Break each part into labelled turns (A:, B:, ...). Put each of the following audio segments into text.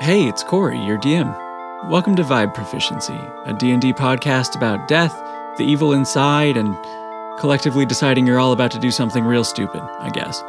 A: Hey, it's Corey, your DM. Welcome to Vibe Proficiency, a D&D podcast about death, the evil inside, and collectively deciding you're all about to do something real stupid, I guess.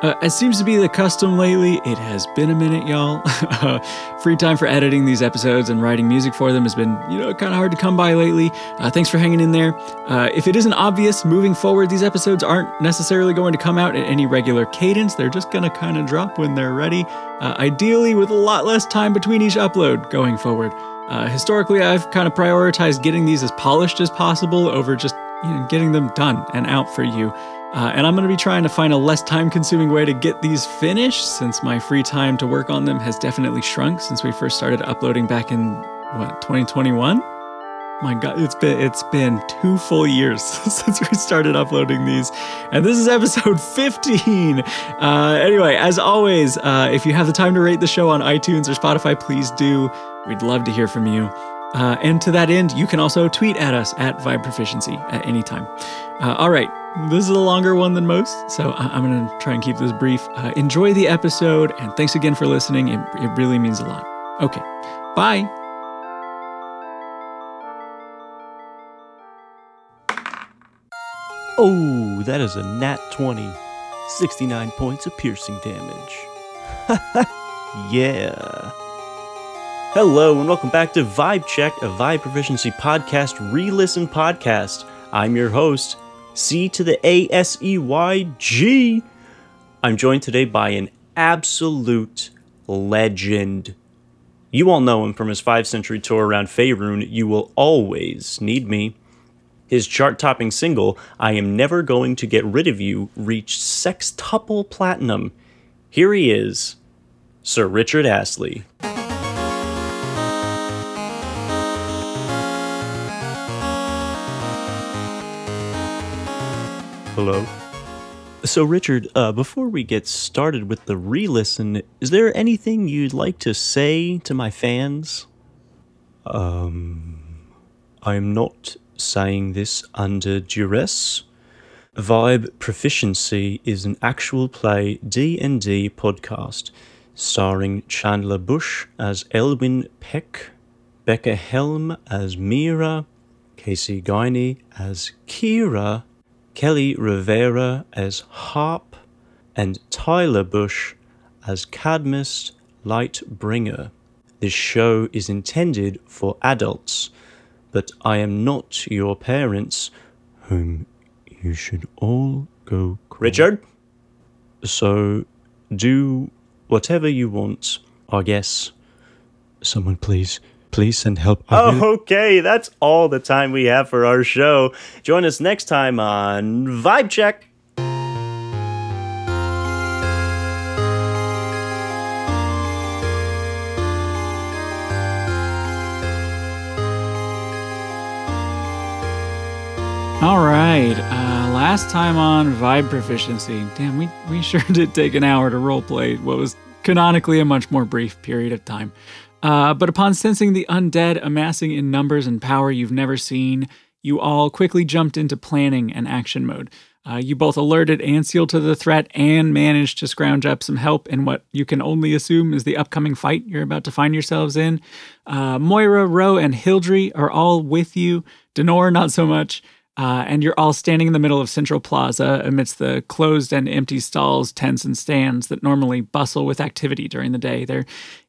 A: Uh, as seems to be the custom lately, it has been a minute, y'all. uh, free time for editing these episodes and writing music for them has been, you know, kind of hard to come by lately. Uh, thanks for hanging in there. Uh, if it isn't obvious, moving forward, these episodes aren't necessarily going to come out at any regular cadence. They're just going to kind of drop when they're ready, uh, ideally with a lot less time between each upload going forward. Uh, historically, I've kind of prioritized getting these as polished as possible over just you know, getting them done and out for you. Uh, and I'm going to be trying to find a less time consuming way to get these finished since my free time to work on them has definitely shrunk since we first started uploading back in, what, 2021? My God, it's been it's been two full years since we started uploading these, and this is episode 15. Uh, anyway, as always, uh, if you have the time to rate the show on iTunes or Spotify, please do. We'd love to hear from you. Uh, and to that end, you can also tweet at us at Vibe Proficiency at any time. Uh, all right, this is a longer one than most, so I- I'm going to try and keep this brief. Uh, enjoy the episode, and thanks again for listening. It, it really means a lot. Okay, bye.
B: Oh, that is a nat 20. 69 points of piercing damage. yeah. Hello, and welcome back to Vibe Check, a Vibe Proficiency Podcast re listen podcast. I'm your host, C to the A S E Y G. I'm joined today by an absolute legend. You all know him from his five century tour around Faerun. You will always need me. His chart topping single, I Am Never Going to Get Rid of You, reached sextuple platinum. Here he is, Sir Richard Astley. Hello. So, Richard, uh, before we get started with the re listen, is there anything you'd like to say to my fans? I'm not saying this under duress. Vibe Proficiency is an actual play D&D podcast starring Chandler Bush as Elwin Peck, Becca Helm as Mira, Casey Guiney as Kira, Kelly Rivera as Harp, and Tyler Bush as Cadmus Lightbringer. This show is intended for adults but I am not your parents, whom you should all go. Call. Richard? So do whatever you want, I guess. Someone, please, please send help. I really- Oh, okay, that's all the time we have for our show. Join us next time on Vibe Check.
A: All right, uh, last time on Vibe Proficiency. Damn, we, we sure did take an hour to roleplay what was canonically a much more brief period of time. Uh, but upon sensing the undead amassing in numbers and power you've never seen, you all quickly jumped into planning and action mode. Uh, you both alerted Anseal to the threat and managed to scrounge up some help in what you can only assume is the upcoming fight you're about to find yourselves in. Uh, Moira, Roe, and Hildry are all with you. Denor, not so much. Uh, and you're all standing in the middle of Central Plaza amidst the closed and empty stalls, tents, and stands that normally bustle with activity during the day. They're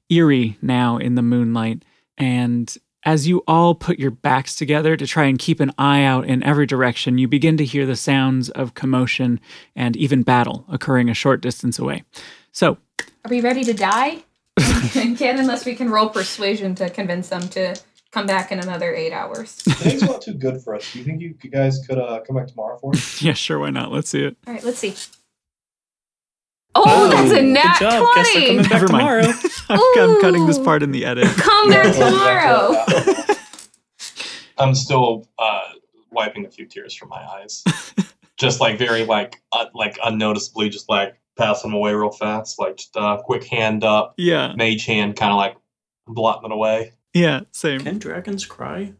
A: eerie now in the moonlight. And as you all put your backs together to try and keep an eye out in every direction, you begin to hear the sounds of commotion and even battle occurring a short distance away. So,
C: Are we ready to die? Can't unless we can roll persuasion to convince them to come back in another eight hours.
D: Today's not too good for us. Do you think you guys could uh, come back tomorrow for us?
A: yeah, sure, why not? Let's see it.
C: All right, let's see. Oh, that's a nat
B: Good job. Guess they're
C: 20!
B: coming back
A: Never mind.
B: tomorrow.
A: I'm, I'm cutting this
C: Ooh.
A: part in the edit.
C: Come
D: Yeah,
C: there
D: well,
C: tomorrow!
D: that's what happened. I'm still uh, wiping a few tears from my eyes, just like very like uh, like unnoticeably, just like pass them away real fast, like just uh, quick hand up,
A: Yeah,
D: mage hand, kind of like blotting it away.
A: yeah, same.
B: Can dragons cry?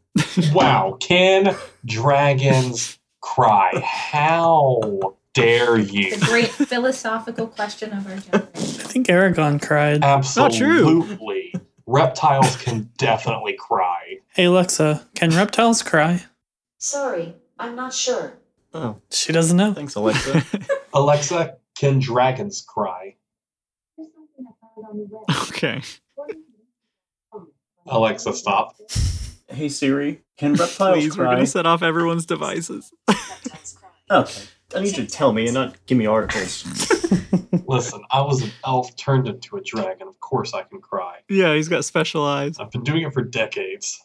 D: Wow, can dragons cry? How dare you?
C: It's a great philosophical question of our generation.
E: I think Aragon cried.
D: Absolutely.
A: true.
D: reptiles can definitely cry.
E: Hey, Alexa, can reptiles cry?
F: Sorry, I'm not sure.
B: Oh,
E: She doesn't know.
B: thanks, Alexa.
D: Alexa, can dragons cry?
A: okay.
D: Alexa, stop.
B: hey Siri, can reptiles
A: Please, we're
B: cry?
A: going to set off everyone's devices.
B: Okay, I need you to tell me and not give me articles.
D: Listen, I was an elf turned into a dragon. Of course I can cry.
A: yeah, he's got special eyes.
D: I've been doing it for decades.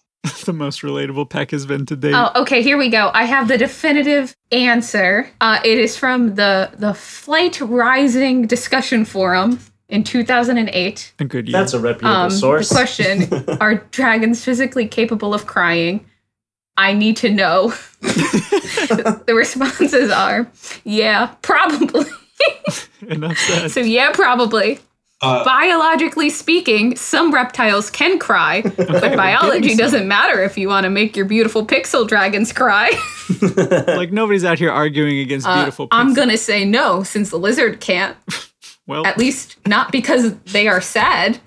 A: the most relatable Peck has been to date.
C: Oh, okay. Here we go. I have the definitive answer. Uh, it is from the the Flight Rising discussion forum in 2008.
A: A good year.
B: That's a reputable
C: Um,
B: source.
C: The question: Are dragons physically capable of crying? I need to know. the responses are, yeah, probably.
A: Enough said.
C: So yeah, probably.
D: Uh,
C: Biologically speaking, some reptiles can cry, but biology doesn't matter if you want to make your beautiful pixel dragons cry.
A: like nobody's out here arguing against
C: Uh,
A: beautiful.
C: I'm
A: pixels.
C: gonna say no, since the lizard can't.
A: Well,
C: At least not because they are sad.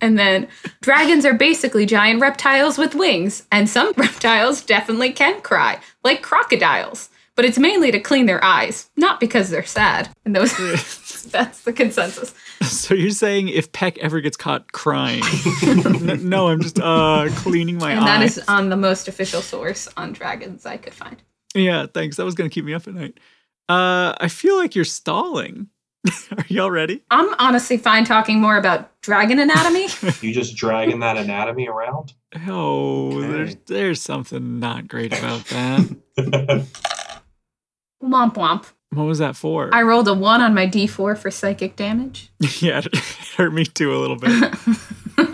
C: and then dragons are basically giant reptiles with wings, and some reptiles definitely can cry, like crocodiles. But it's mainly to clean their eyes, not because they're sad. And those that's the consensus.
A: so you're saying if Peck ever gets caught crying? N- no, I'm just uh cleaning my
C: And that
A: eyes.
C: is on the most official source on dragons I could find.
A: yeah, thanks. That was gonna keep me up at night. Uh, I feel like you're stalling. Are y'all ready?
C: I'm honestly fine talking more about dragon anatomy.
D: you just dragging that anatomy around?
A: Oh, there's there's something not great about that.
C: womp womp.
A: what was that for?
C: I rolled a one on my d4 for psychic damage.
A: yeah, it hurt me too a little bit.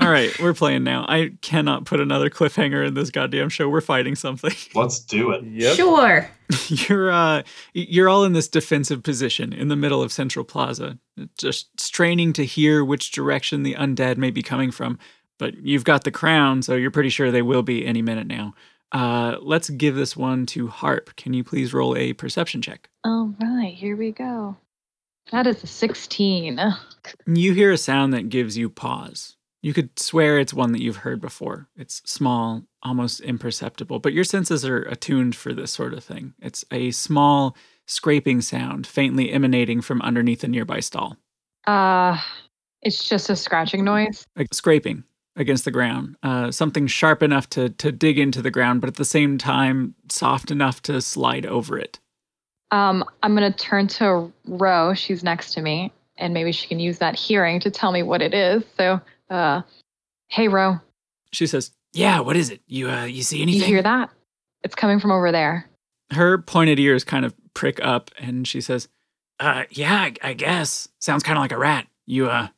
A: All right, we're playing now. I cannot put another cliffhanger in this goddamn show. We're fighting something.
D: Let's do it.
B: yep.
C: Sure.
A: you're uh you're all in this defensive position in the middle of central plaza just straining to hear which direction the undead may be coming from but you've got the crown so you're pretty sure they will be any minute now uh let's give this one to harp can you please roll a perception check
G: All right, here we go. That is a 16.
A: you hear a sound that gives you pause you could swear it's one that you've heard before it's small almost imperceptible but your senses are attuned for this sort of thing it's a small scraping sound faintly emanating from underneath a nearby stall
G: Uh, it's just a scratching noise.
A: like scraping against the ground, uh, something sharp enough to to dig into the ground, but at the same time soft enough to slide over it.
G: Um, I'm going to turn to Ro. She's next to me, and maybe she can use that hearing to tell me what it is. So, uh, hey, Ro,
A: She says, "Yeah, what is it? You uh, you see anything?"
G: you hear that? It's coming from over there.
A: Her pointed ears kind of prick up, and she says, "Uh, yeah, I, I guess sounds kind of like a rat. You uh,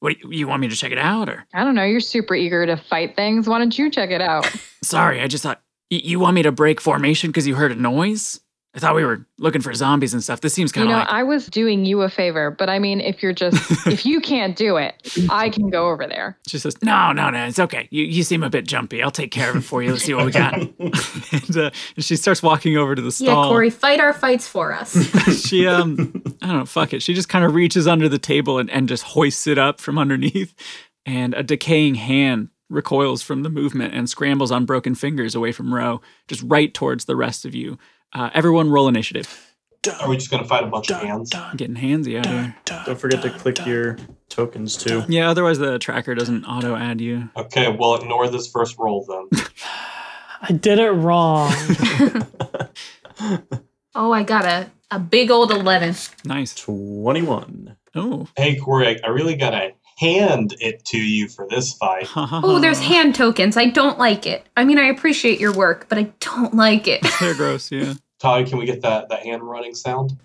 A: what you want me to check it out or?
G: I don't know. You're super eager to fight things. Why don't you check it out?
A: Sorry, I just thought y- you want me to break formation because you heard a noise. I thought we were looking for zombies and stuff. This seems
G: you
A: kind of
G: know,
A: like
G: I was doing you a favor, but I mean, if you're just, if you can't do it, I can go over there.
A: She says, "No, no, no, it's okay. You you seem a bit jumpy. I'll take care of it for you. Let's see what we got." and, uh, and she starts walking over to the stall.
C: Yeah, Corey, fight our fights for us.
A: she um, I don't know. Fuck it. She just kind of reaches under the table and and just hoists it up from underneath, and a decaying hand recoils from the movement and scrambles on broken fingers away from Roe, just right towards the rest of you. Uh, everyone, roll initiative.
D: Are we just going to fight a bunch of hands?
A: I'm getting handsy out here.
B: Don't forget to click your tokens too.
A: Yeah, otherwise the tracker doesn't auto add you.
D: Okay, we'll ignore this first roll then.
E: I did it wrong.
C: oh, I got a, a big old 11.
A: Nice.
B: Twenty-one.
A: Oh.
D: hey, Corey, I, I really got to hand it to you for this fight.
C: Oh, there's hand tokens. I don't like it. I mean, I appreciate your work, but I don't like it.
A: They're gross. Yeah.
D: Talia, can we get that, that hand running sound?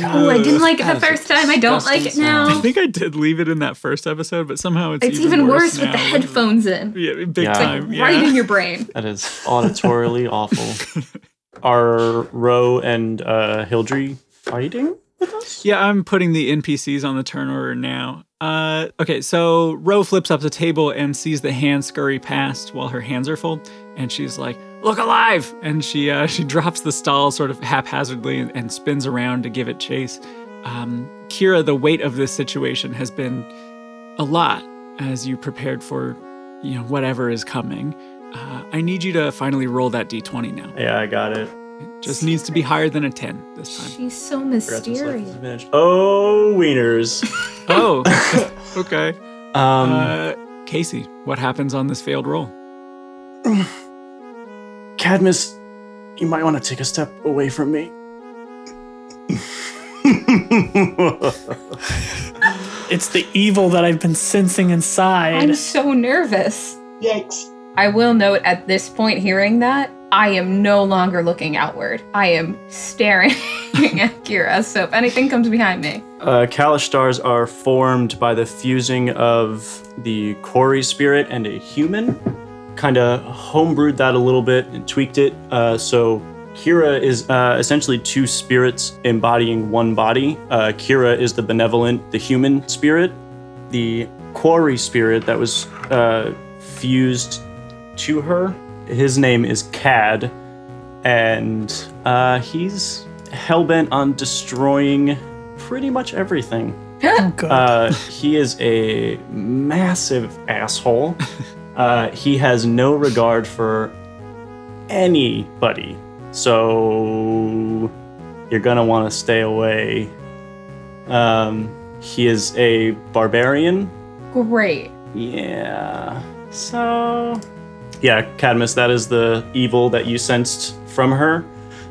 C: Oh, I didn't like it the
B: That is a
C: first time. I don't like it
B: disgusting
A: I
C: now.
A: think I did leave it in that first episode, but somehow it's,
C: It's even worse with
A: now
C: the headphones in.
A: Yeah, big
B: Yeah.
A: time. Yeah.
C: Right in your brain.
B: That is auditorily awful. Are Ro and uh, Hildry fighting with us?
A: yeah, I'm putting the NPCs on the turn order now. Uh, okay, so Ro flips up the table and sees the hand scurry past while her hands are full, and she's like, "Look alive!" And she uh, she drops the stall sort of haphazardly and, and spins around to give it chase. Um, Kira, the weight of this situation has been a lot as you prepared for, you know, whatever is coming. Uh, I need you to finally roll that d20 now.
B: Yeah, I got it.
A: It just needs to be higher than a 10 this time.
C: She's so
B: Congrats on selecting
C: mysterious.
B: disadvantage. Oh, wieners.
A: Oh, okay.
B: Um,
A: Uh, Casey, what happens on this failed roll?
B: Cadmus, you might want to take a step away from me.
E: It's the evil that I've been sensing inside.
C: I'm so nervous.
D: Yikes.
C: I will note at this point, hearing that, I am no longer looking outward. I am staring at Kira. So if anything comes behind me,
B: Uh, Kalash stars are formed by the fusing of the Quarry spirit and a human. Kind of homebrewed that a little bit and tweaked it. Uh, so Kira is uh, essentially two spirits embodying one body. Uh, Kira is the benevolent, the human spirit. The Quarry spirit that was uh, fused to her, his name is Cad, and uh, he's hellbent on destroying pretty much everything.
E: oh, God.
B: Uh, he is a massive asshole. Uh, he has no regard for anybody. So you're gonna want to stay away. Um, he is a barbarian.
C: great.
B: Yeah. So. Yeah, Cadmus, that is the evil that you sensed from her.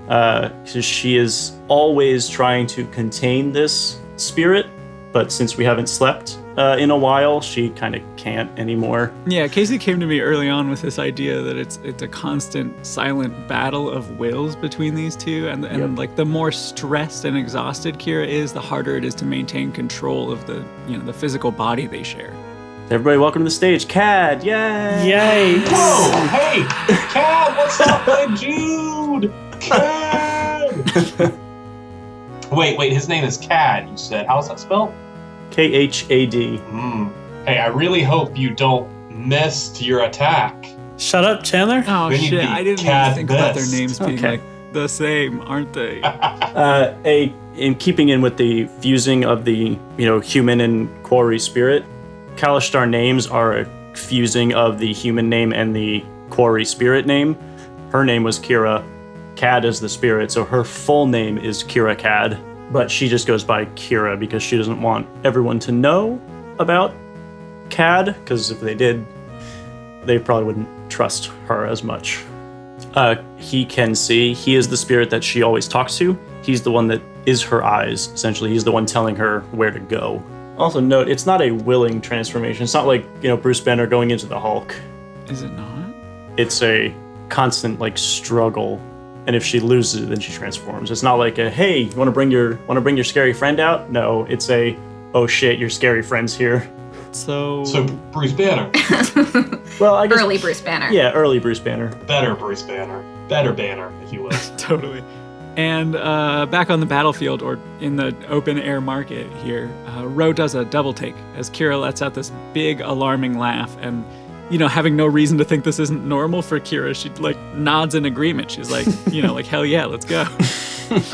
B: Because she is always trying to contain this spirit, but since we haven't slept uh, in a while, she kind of can't anymore.
A: Yeah, Casey came to me early on with this idea that it's it's a constant silent battle of wills between these two, and and like the more stressed and exhausted Kira is, the harder it is to maintain control of the you know the physical body they share.
B: Everybody, welcome to the stage. Cad, yay!
E: Yikes.
D: Whoa, hey, Cad, what's up, my dude? Cad! wait, wait, his name is Cad, you said. How's that spelled?
B: K H A D.
D: Hmm. Hey, I really hope you don't miss your attack.
E: Shut up, Chandler.
A: Oh
D: Then you'd
A: shit!
D: be
A: I didn't even
D: Cad
A: think about their
D: Best.
A: names being
B: Okay.
A: like the same, aren't they?
B: Uh, a in keeping in with the fusing of the you know human and quarry spirit, Kalishtar names are a fusing of the human name and the quarry spirit name. Her name was Kira. Cad is the spirit, so her full name is Kira Cad, but she just goes by Kira because she doesn't want everyone to know about Cad, because if they did, they probably wouldn't trust her as much. Uh, he can see. He is the spirit that she always talks to. He's the one that is her eyes, essentially. He's the one telling her where to go. Also, note it's not a willing transformation. It's not like, you know, Bruce Banner going into the Hulk.
A: Is it not?
B: It's a constant, like, struggle. And if she loses, then she transforms. It's not like a, hey, you want to bring your want to bring your scary friend out? No, it's a, oh shit, your scary friend's here.
A: So,
D: So, Bruce Banner.
B: Well, I guess
C: Early Bruce Banner.
B: yeah, early Bruce Banner.
D: Better Bruce Banner. Better Banner, if you will.
A: totally. And uh, back on the battlefield or in the open air market here, uh, Ro does a double take as Kira lets out this big alarming laugh. And, you know, having no reason to think this isn't normal for Kira, she like nods in agreement. She's like, you know, like, hell yeah, let's go.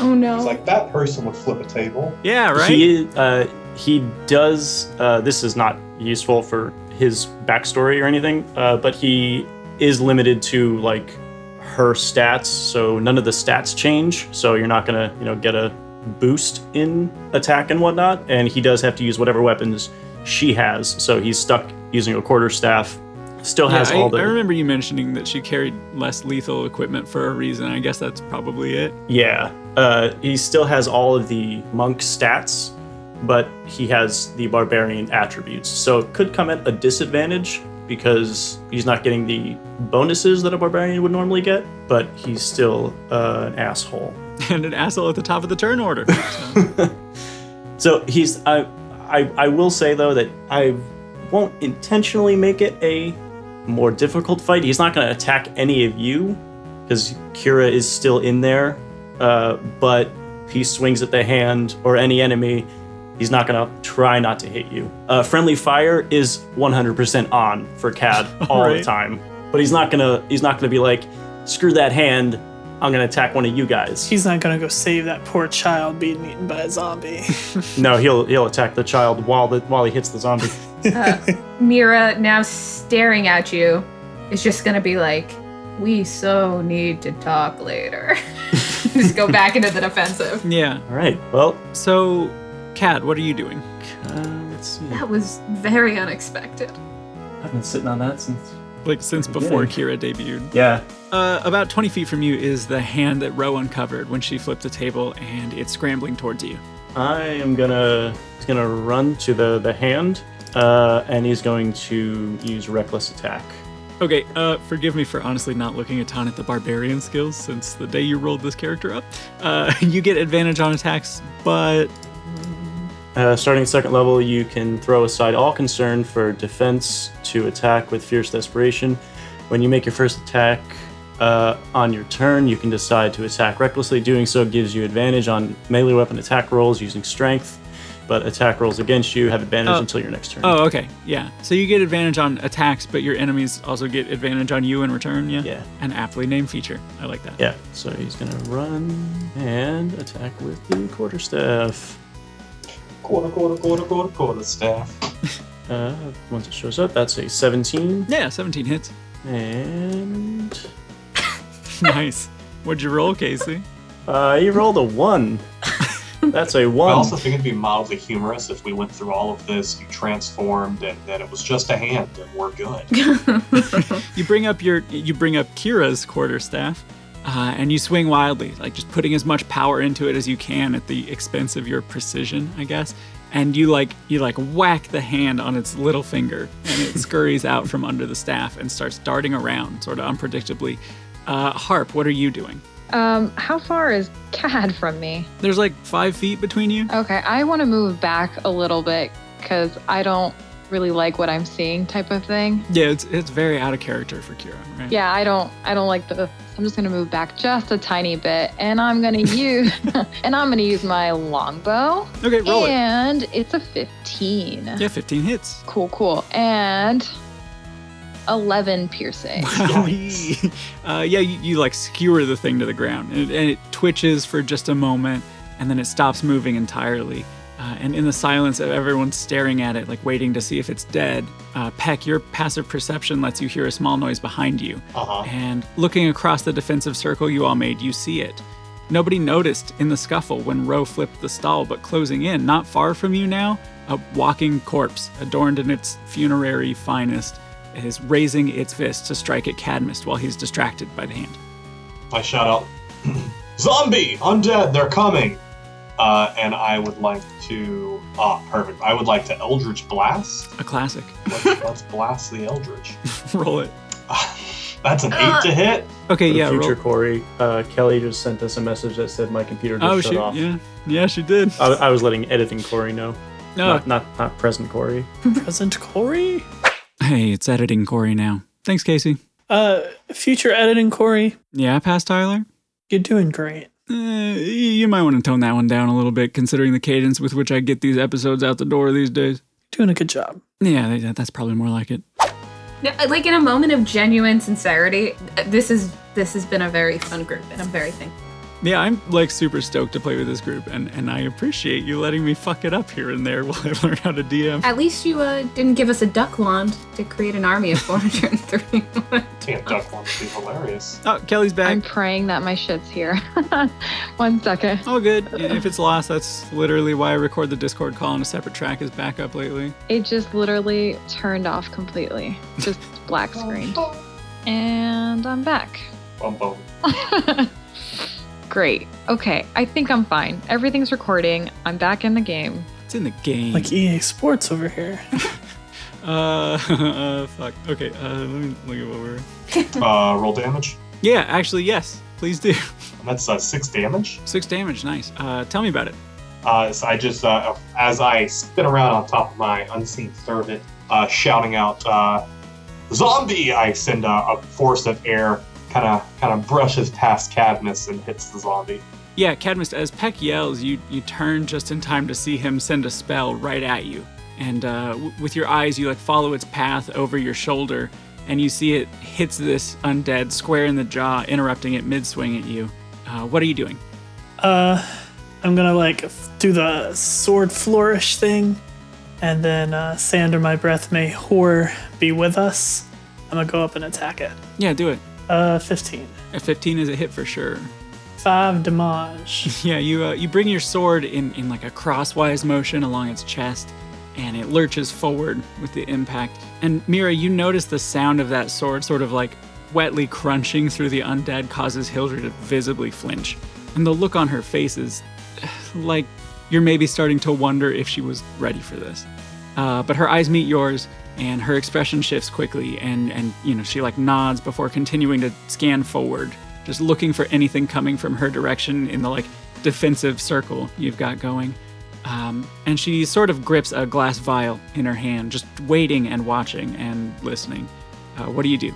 C: Oh no.
D: It's like that person would flip a table.
A: yeah, right?
B: He uh, he does. Uh, this is not useful for his backstory or anything, uh, but he is limited to like her stats, so none of the stats change. So you're not gonna you know get a boost in attack and whatnot. And he does have to use whatever weapons she has. So he's stuck using a quarter staff. Still
A: yeah,
B: has
A: I,
B: all the
A: I remember you mentioning that she carried less lethal equipment for a reason. I guess that's probably it.
B: Yeah. Uh, he still has all of the monk stats, but he has the barbarian attributes. So it could come at a disadvantage because he's not getting the bonuses that a barbarian would normally get, but he's still uh, an asshole.
A: And an asshole at the top of the turn order. So,
B: So he's. I, I, I will say, though, that I won't intentionally make it a more difficult fight. He's not going to attack any of you because Kira is still in there, uh, but he swings at the hand or any enemy. He's not going to try not to hit you. Uh, friendly fire is 100% on for Cad all
A: Right.
B: the time, but he's not going to he's not going to be like screw that hand. I'm gonna attack one of you guys.
E: He's not gonna go save that poor child being eaten by a zombie.
B: No, he'll he'll attack the child while the while he hits the zombie.
C: Mira, now staring at you, is just gonna be like, "We so need to talk later." just go back into the defensive.
A: Yeah.
B: All right. Well,
A: So, Kat, what are you doing?
B: uh, let's see.
C: That was very unexpected.
B: I've been sitting on that since.
A: Like since before Kira debuted.
B: Yeah.
A: Uh, about 20 feet from you is the hand that Ro uncovered when she flipped the table, and it's scrambling towards you.
B: I am gonna he's gonna run to the the hand, uh, and he's going to use reckless attack.
A: Okay, uh, forgive me for honestly not looking a ton at the barbarian skills since the day you rolled this character up. Uh, you get advantage on attacks, but
B: Uh, starting at second level, you can throw aside all concern for defense to attack with fierce desperation. When you make your first attack uh, on your turn, you can decide to attack recklessly. Doing so gives you advantage on melee weapon attack rolls using strength, but attack rolls against you have advantage until your next turn.
A: oh, okay, yeah. So you get advantage on attacks, but your enemies also get advantage on you in return. Yeah.
B: Yeah.
A: An aptly named feature. I like that.
B: Yeah, so he's gonna run and attack with the quarterstaff.
D: Quarter, quarter, quarter, quarter, quarter staff.
B: Uh, once it shows up, that's a 17
A: Yeah, 17 hits.
B: and
A: nice. What'd you roll, Casey?
B: Uh, he rolled a one. That's a
D: I
B: one.
D: also think it'd be mildly humorous if we went through all of this, you transformed, and then it was just a hand, and we're good.
A: You bring up your you bring up Kira's quarterstaff, uh, and you swing wildly, like just putting as much power into it as you can at the expense of your precision, I guess. And you like you like whack the hand on its little finger, and it scurries out from under the staff and starts darting around, sort of unpredictably. Uh, Harp, what are you doing?
G: Um, how far is Cad from me?
A: There's like five feet between you.
G: Okay, I want to move back a little bit because I don't really like what I'm seeing, type of thing.
A: Yeah, it's it's very out of character for Kira, right?
G: Yeah, I don't, I don't like the. I'm just gonna move back just a tiny bit, and I'm gonna use, and I'm gonna use my longbow,
A: Okay, roll it.
G: and it's a 15.
A: Yeah, 15 hits.
G: Cool, cool, and 11 piercing.
A: Wowee. Uh, yeah, you, you like skewer the thing to the ground, and it, and it twitches for just a moment, and then it stops moving entirely. Uh, and in the silence of everyone staring at it, like waiting to see if it's dead, uh, Peck, your passive perception lets you hear a small noise behind you.
D: Uh huh.
A: And looking across the defensive circle you all made, you see it. Nobody noticed in the scuffle when Roe flipped the stall, but closing in, not far from you now, a walking corpse adorned in its funerary finest is raising its fist to strike at Cadmus while he's distracted by the hand.
D: I shout out, Zombie! Undead! They're coming! Uh, and I would like to. Ah, perfect. I would like to Eldritch Blast.
A: A classic.
D: Let's, let's blast the Eldritch.
A: roll it.
D: That's an 8 to hit.
A: Okay,
B: For
A: yeah,
B: future
A: roll.
B: Corey, uh, Kelly just sent us a message that said my computer just
A: Oh
B: shut
A: shoot,
B: off. Uh,
A: yeah, yeah, she did.
B: I, I was letting editing Corey know,
A: No,
B: not, not not present Corey.
E: Present Corey?
A: hey, it's editing Corey now. Thanks, Casey.
E: Uh, future editing Corey,
A: Yeah, I passed Tyler.
E: you're doing great.
A: Eh, y- you might want to tone that one down a little bit, considering the cadence with which I get these episodes out the door these days.
E: Doing a good job.
A: Yeah, that- that's probably more like it.
C: No, like in a moment of genuine sincerity, this is this has been a very fun group, and I'm very thankful.
A: Yeah, I'm like super stoked to play with this group, and, and I appreciate you letting me fuck it up here and there while I learn how to DM.
C: At least you uh, didn't give us a duck wand to create an army of 431.
D: Damn, Duck wants to be hilarious.
A: Oh, Kelly's back.
G: I'm praying that my shit's here. One second.
A: All good. If it's lost, that's literally why I record the Discord call on a separate track as backup lately.
G: It just literally turned off completely. Just black screen. And I'm back.
D: Bum bum.
G: Great. Okay, I think I'm fine. Everything's recording. I'm back in the game.
A: It's in the game.
E: Like e- EA Sports over here.
A: uh, uh, fuck. Okay, uh, let me look at what we're.
D: Uh, roll damage.
A: Yeah, actually, yes. Please do.
D: That's uh, 6 damage.
A: Six damage. Nice. Uh, tell me about it.
D: Uh, so I just, uh, as I spin around on top of my unseen servant, uh, shouting out, uh, "Zombie!" I send a, a force of air, kind of, kind of brushes past Cadmus and hits the zombie.
A: Yeah, Cadmus, as Peck yells, you, you turn just in time to see him send a spell right at you. And uh, w- with your eyes, you like follow its path over your shoulder and you see it hits this undead square in the jaw, interrupting it mid swing at you. Uh, what are you doing?
E: Uh, I'm gonna like f- do the sword flourish thing, and then uh, say under my breath, "May horror be with us." I'm gonna go up and attack it.
A: Yeah, do it.
E: Uh, 15,
A: A 15 is a hit for sure.
E: five damage.
A: Yeah, you uh, you bring your sword in in like a crosswise motion along its chest, and it lurches forward with the impact. And Mira, you notice the sound of that sword sort of like wetly crunching through the undead causes Hildred to visibly flinch, and the look on her face is like you're maybe starting to wonder if she was ready for this. Uh, but her eyes meet yours, and her expression shifts quickly, and and you know she like nods before continuing to scan forward, just looking for anything coming from her direction in the like defensive circle you've got going. Um, and she sort of grips a glass vial in her hand, just waiting and watching and listening. Uh, what do you do?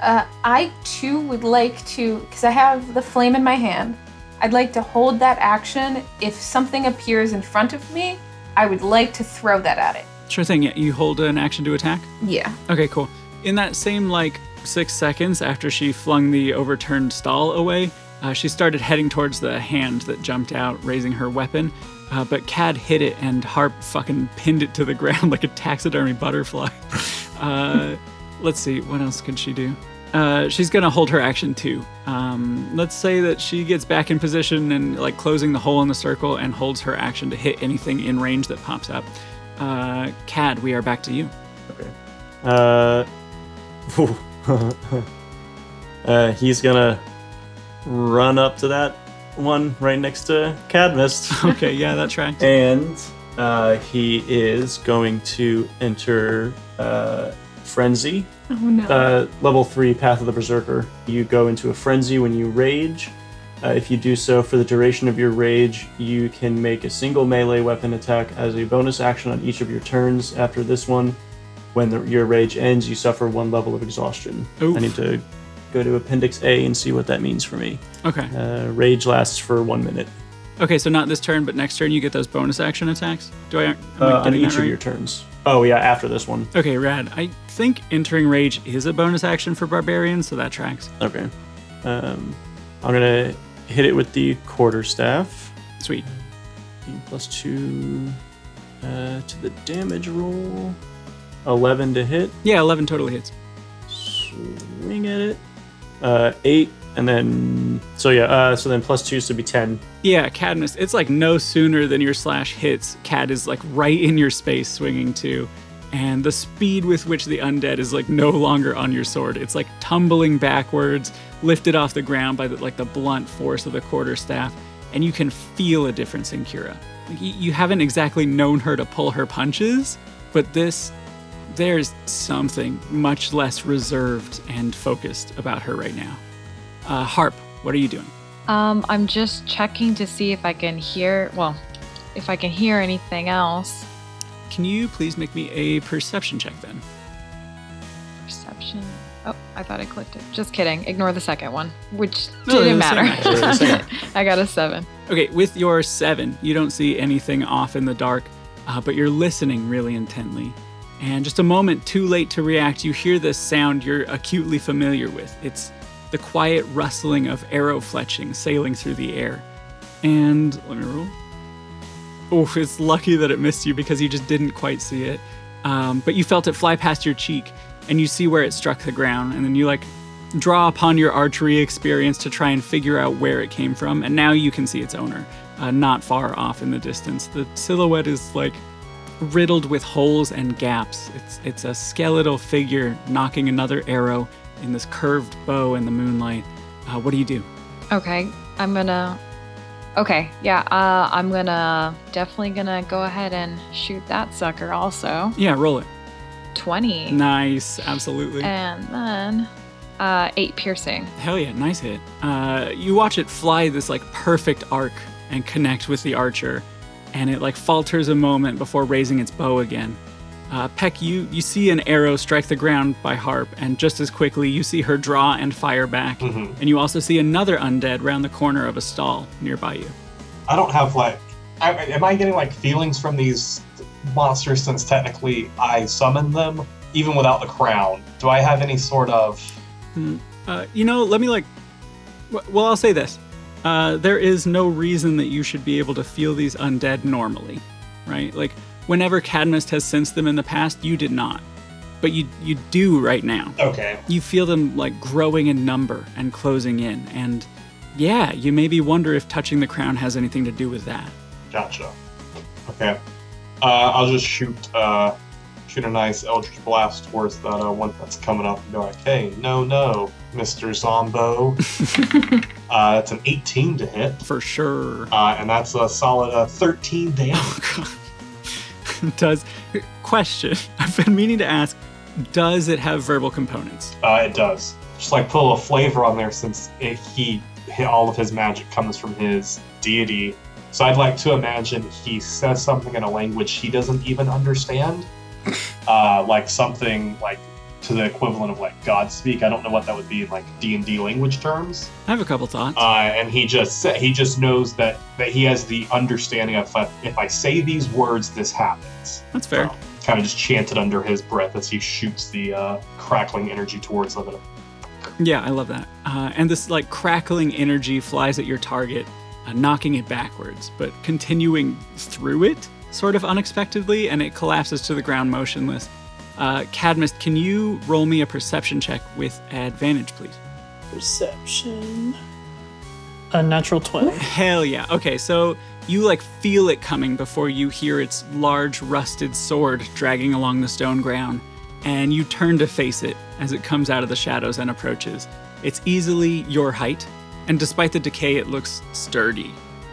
H: Uh, I too would like to, because I have the flame in my hand. I'd like to hold that action. If something appears in front of me, I would like to throw that at it.
A: Sure thing. Yeah, you hold an action to attack.
H: Yeah.
A: Okay, cool. In that same like six seconds after she flung the overturned stall away, uh, she started heading towards the hand that jumped out, raising her weapon. Uh, but Cad hit it, and Harp fucking pinned it to the ground like a taxidermy butterfly. Uh, let's see, what else could she do? Uh, she's gonna hold her action too. Um, let's say that she gets back in position and like closing the hole in the circle and holds her action to hit anything in range that pops up. Uh, Cad, we are back to you.
B: Uh, uh, he's gonna run up to that one right next to Cadmus,
A: Okay, yeah, that tracks.
B: and uh, he is going to enter uh, frenzy.
H: Oh no.
B: Uh, level three, Path of the Berserker. You go into a frenzy when you rage. Uh, if you do so for the duration of your rage, you can make a single melee weapon attack as a bonus action on each of your turns after this one. When the, your rage ends, you suffer one level of exhaustion.
A: Oof.
B: I need to go to Appendix A and see what that means for me.
A: Okay.
B: Uh, rage lasts for one minute
A: Okay, so not this turn, but next turn you get those bonus action attacks. Do I? Am I
B: uh, on
A: getting
B: each
A: that
B: of
A: right?
B: your turns. Oh, yeah, after this one.
A: Okay, rad. I think entering rage is a bonus action for barbarians, so that tracks.
B: Okay. Um, I'm going to hit it with the quarterstaff.
A: Sweet.
B: plus two uh, to the damage roll. 11 to hit.
A: Yeah, eleven total hits.
B: Swing at it. Uh, eight, and then so yeah. Uh, so then plus two, so it'd be ten.
A: Yeah, Cadmus. It's like no sooner than your slash hits, Cad is like right in your space, swinging too, and the speed with which the undead is like no longer on your sword. It's like tumbling backwards, lifted off the ground by the, like the blunt force of the quarterstaff, and you can feel a difference in Kira. Like, you, you haven't exactly known her to pull her punches, but this, there's something much less reserved and focused about her right now. Uh, Harp, what are you doing?
G: Um, I'm just checking to see if I can hear. Well, if I can hear anything else.
A: Can you please make me a perception check then?
G: Perception. Oh, I thought I clicked it. Just kidding. Ignore the second one, which
A: No,
G: didn't
A: they're the
G: matter.
A: same,
B: actually, they're the
G: I got a seven.
A: Okay, with your seven, you don't see anything off in the dark, uh, but you're listening really intently. And just a moment too late to react, you hear this sound you're acutely familiar with. It's the quiet rustling of arrow fletching sailing through the air. And let me roll. Oh, it's lucky that it missed you because you just didn't quite see it. Um, but you felt it fly past your cheek, and you see where it struck the ground, and then you like draw upon your archery experience to try and figure out where it came from, and now you can see its owner, uh, not far off in the distance. The silhouette is like riddled with holes and gaps. It's it's a skeletal figure knocking another arrow in this curved bow in the moonlight. Uh, what do you do?
G: Okay, I'm gonna. Okay, yeah, uh, I'm gonna definitely gonna go ahead and shoot that sucker also.
A: Yeah, roll it.
G: 20.
A: Nice, absolutely.
G: And then uh, 8 piercing.
A: Hell yeah, nice hit. Uh, you watch it fly this like perfect arc and connect with the archer, and it like falters a moment before raising its bow again. Uh, Peck, you you see an arrow strike the ground by Harp, and just as quickly you see her draw and fire back, and you also see another undead round the corner of a stall nearby you.
D: I don't have like. I, am I getting like feelings from these monsters since technically I summoned them, even without the crown? Do I have any sort of
A: Uh, you know, let me like. w- Well, I'll say this. Uh, there is no reason that you should be able to feel these undead normally, right? Like, whenever Cadmus has sensed them in the past, you did not. But you, you do right now.
D: okay?
A: You feel them like growing in number and closing in. And yeah, you maybe wonder if touching the crown has anything to do with that.
D: Gotcha. Okay. Uh, I'll just shoot uh, shoot a nice Eldritch Blast towards that uh, one that's coming up and be like, hey, no, no, Mr. Zombo. uh, that's an 18 to hit,
A: For sure.
D: uh, and that's a solid uh, 13 damage.
A: does. Question I've been meaning to ask Does it have verbal components?
D: Uh, it does. Just like put a little flavor on there since it, he he- all of his magic comes from his deity. So I'd like to imagine he says something in a language he doesn't even understand, uh, like something like to the equivalent of like God speak. I don't know what that would be in like D and D language terms.
A: I have a couple thoughts.
D: Uh, and he just sa- he just knows that that he has the understanding of if I, if I say these words, this happens.
A: That's fair.
D: Kind of just chanted under his breath as he shoots the uh, crackling energy towards them.
A: Yeah, I love that. Uh, and this like crackling energy flies at your target, uh, knocking it backwards, but continuing through it sort of unexpectedly, and it collapses to the ground motionless. Uh, Cadmus, can you roll me a perception check with advantage, please?
E: Perception. A natural 20.
A: Hell yeah. Okay, so you like feel it coming before you hear its large rusted sword dragging along the stone ground, and you turn to face it as it comes out of the shadows and approaches. It's easily your height, and despite the decay, it looks sturdy.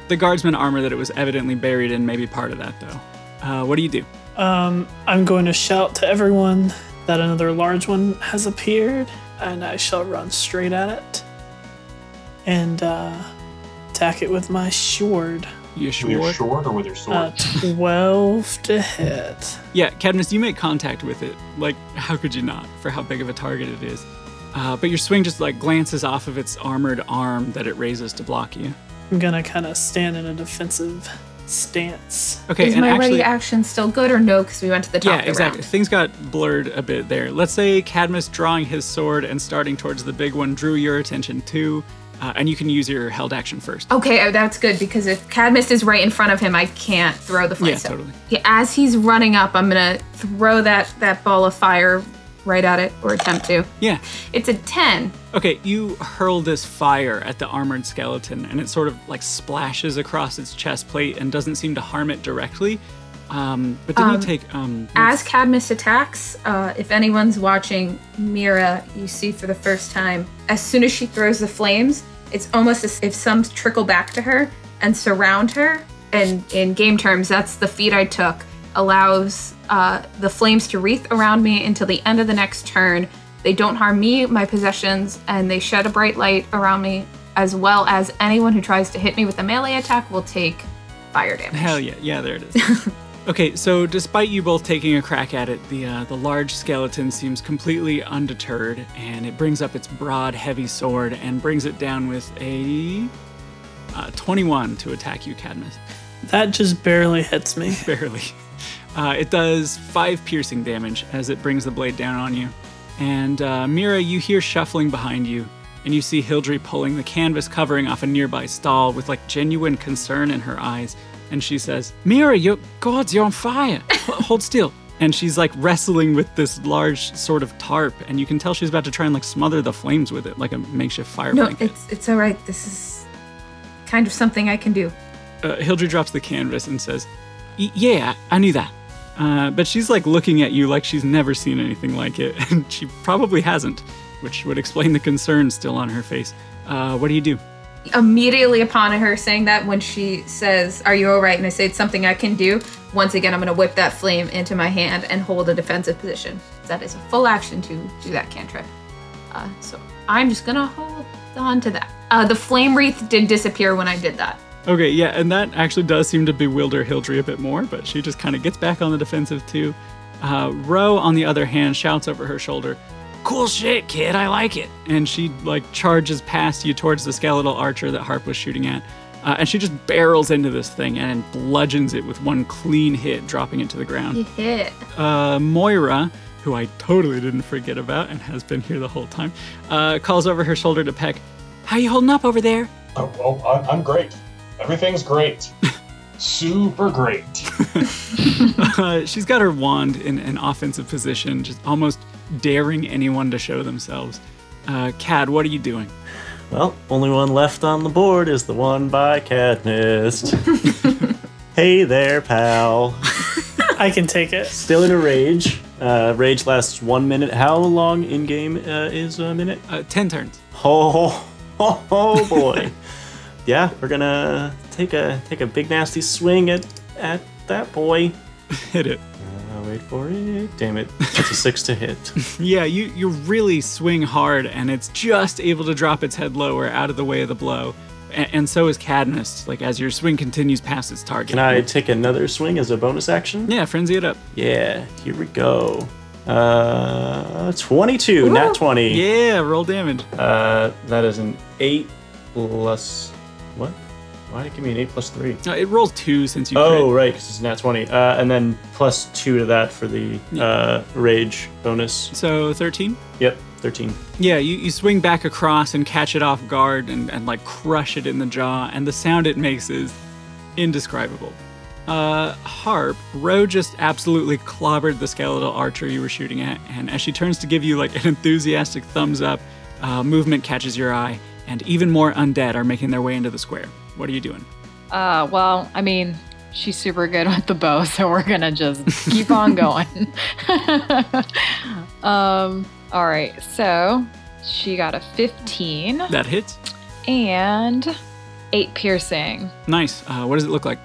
A: The guardsman armor that it was evidently buried in may be part of that, though. Uh, what do you do?
E: Um, I'm going to shout to everyone that another large one has appeared, and I shall run straight at it and uh, attack it with my sword.
A: You
D: With your
A: sure?
D: sword or with your sword?
E: Uh, 12 to hit.
A: Yeah, Cadmus, you make contact with it. Like, how could you not, for how big of a target it is? Uh, but your swing just like glances off of its armored arm that it raises to block you.
E: I'm gonna kind of stand in a defensive stance.
A: Okay,
C: Is
A: and
C: my
A: actually,
C: ready action still good or no? Because we went to the top.
A: yeah,
C: of the
A: exactly.
C: round.
A: Things got blurred a bit there. Let's say Cadmus drawing his sword and starting towards the big one drew your attention too, uh, and you can use your held action first.
C: Okay, oh, that's good because if Cadmus is right in front of him, I can't throw the flame.
A: Yeah,
C: stone.
A: totally.
C: Yeah, as he's running up, I'm gonna throw that that ball of fire right at it or attempt to.
A: Yeah.
C: It's a ten.
A: Okay, you hurl this fire at the armored skeleton, and it sort of like splashes across its chest plate and doesn't seem to harm it directly. Um, but didn't you take um?
C: As Cadmus attacks, uh, if anyone's watching Mira, you see for the first time, as soon as she throws the flames, it's almost as if some trickle back to her and surround her. And in game terms, that's the feat I took, allows uh, the flames to wreath around me until the end of the next turn. They don't harm me, my possessions, and they shed a bright light around me, as well as anyone who tries to hit me with a melee attack will take fire damage.
A: Hell yeah, yeah, there it is. okay, so despite you both taking a crack at it, the uh, the large skeleton seems completely undeterred, and it brings up its broad, heavy sword and brings it down with a uh, 21 to attack you, Cadmus.
E: That just barely hits me.
A: Barely. Uh, it does five piercing damage as it brings the blade down on you. And uh, Mira, you hear shuffling behind you, and you see Hildry pulling the canvas covering off a nearby stall with like genuine concern in her eyes. And she says, Mira, your gods, you're on fire. H- Hold still. And she's like wrestling with this large sort of tarp, and you can tell she's about to try and like smother the flames with it, like a makeshift fire
C: No,
A: blanket.
C: it's it's all right. This is kind of something I can do.
A: uh, Hildry drops the canvas and says, "Y- "Yeah, I knew that." Uh, but she's like looking at you like she's never seen anything like it, and she probably hasn't, which would explain the concern still on her face. Uh, what do you do?
C: Immediately upon her saying that, when she says, "Are you all right?" and I say it's something I can do, once again I'm going to whip that flame into my hand and hold a defensive position. That is a full action to do that cantrip. Uh, so I'm just going to hold on to that. Uh, the flame wreath did disappear when I did that.
A: Okay, yeah, and that actually does seem to bewilder Hildry a bit more, but she just kind of gets back on the defensive too. Uh, Ro, on the other hand, shouts over her shoulder, "Cool shit, kid! I like it!" And she like charges past you towards the skeletal archer that Harp was shooting at. Uh, and she just barrels into this thing and bludgeons it with one clean hit, dropping it to the ground.
C: You hit.
A: Uh, Moira, who I totally didn't forget about and has been here the whole time, uh, calls over her shoulder to Peck. How you holding up over there?
D: Oh, oh I'm, I'm great. Everything's great. Super great.
A: Uh, she's got her wand in an offensive position, just almost daring anyone to show themselves. Uh, Cad, what are you doing?
B: Well, only one left on the board is the one by Katniss. hey there, pal.
E: I can take it.
B: Still in a rage. Uh, rage lasts one minute. How long in game uh, is a minute?
A: Uh, ten turns.
B: Oh, oh, oh boy. yeah, we're gonna take a take a big nasty swing at at that boy.
A: Hit it.
B: Uh, wait for it. Damn it. It's a six to hit.
A: Yeah, you, you really swing hard, and it's just able to drop its head lower out of the way of the blow. And, and so is Cadmus, like as your swing continues past its target.
B: Can I take another swing as a bonus action?
A: Yeah, frenzy it up.
B: Yeah, here we go. Uh, 22, nat 20.
A: Yeah, roll damage.
B: Uh, that is an 8 plus. What? Why did it give me an 8 plus 3?
A: No, it rolls two since you
B: Oh,
A: crit.
B: right, because it's nat 20. Uh, and then plus 2 to that for the uh, rage bonus.
A: So 13?
B: Yep, 13.
A: Yeah, you, you swing back across and catch it off guard and, and like crush it in the jaw, and the sound it makes is indescribable. Uh, Harp, Ro just absolutely clobbered the skeletal archer you were shooting at, and as she turns to give you like an enthusiastic thumbs up, uh, movement catches your eye, and even more undead are making their way into the square. What are you doing?
G: Uh, well, I mean, she's super good with the bow, so we're gonna just keep on going. um, all right, so she got a
C: Uh.
G: 15
A: That hits.
G: and eight piercing.
A: Nice. Uh, what does it look like?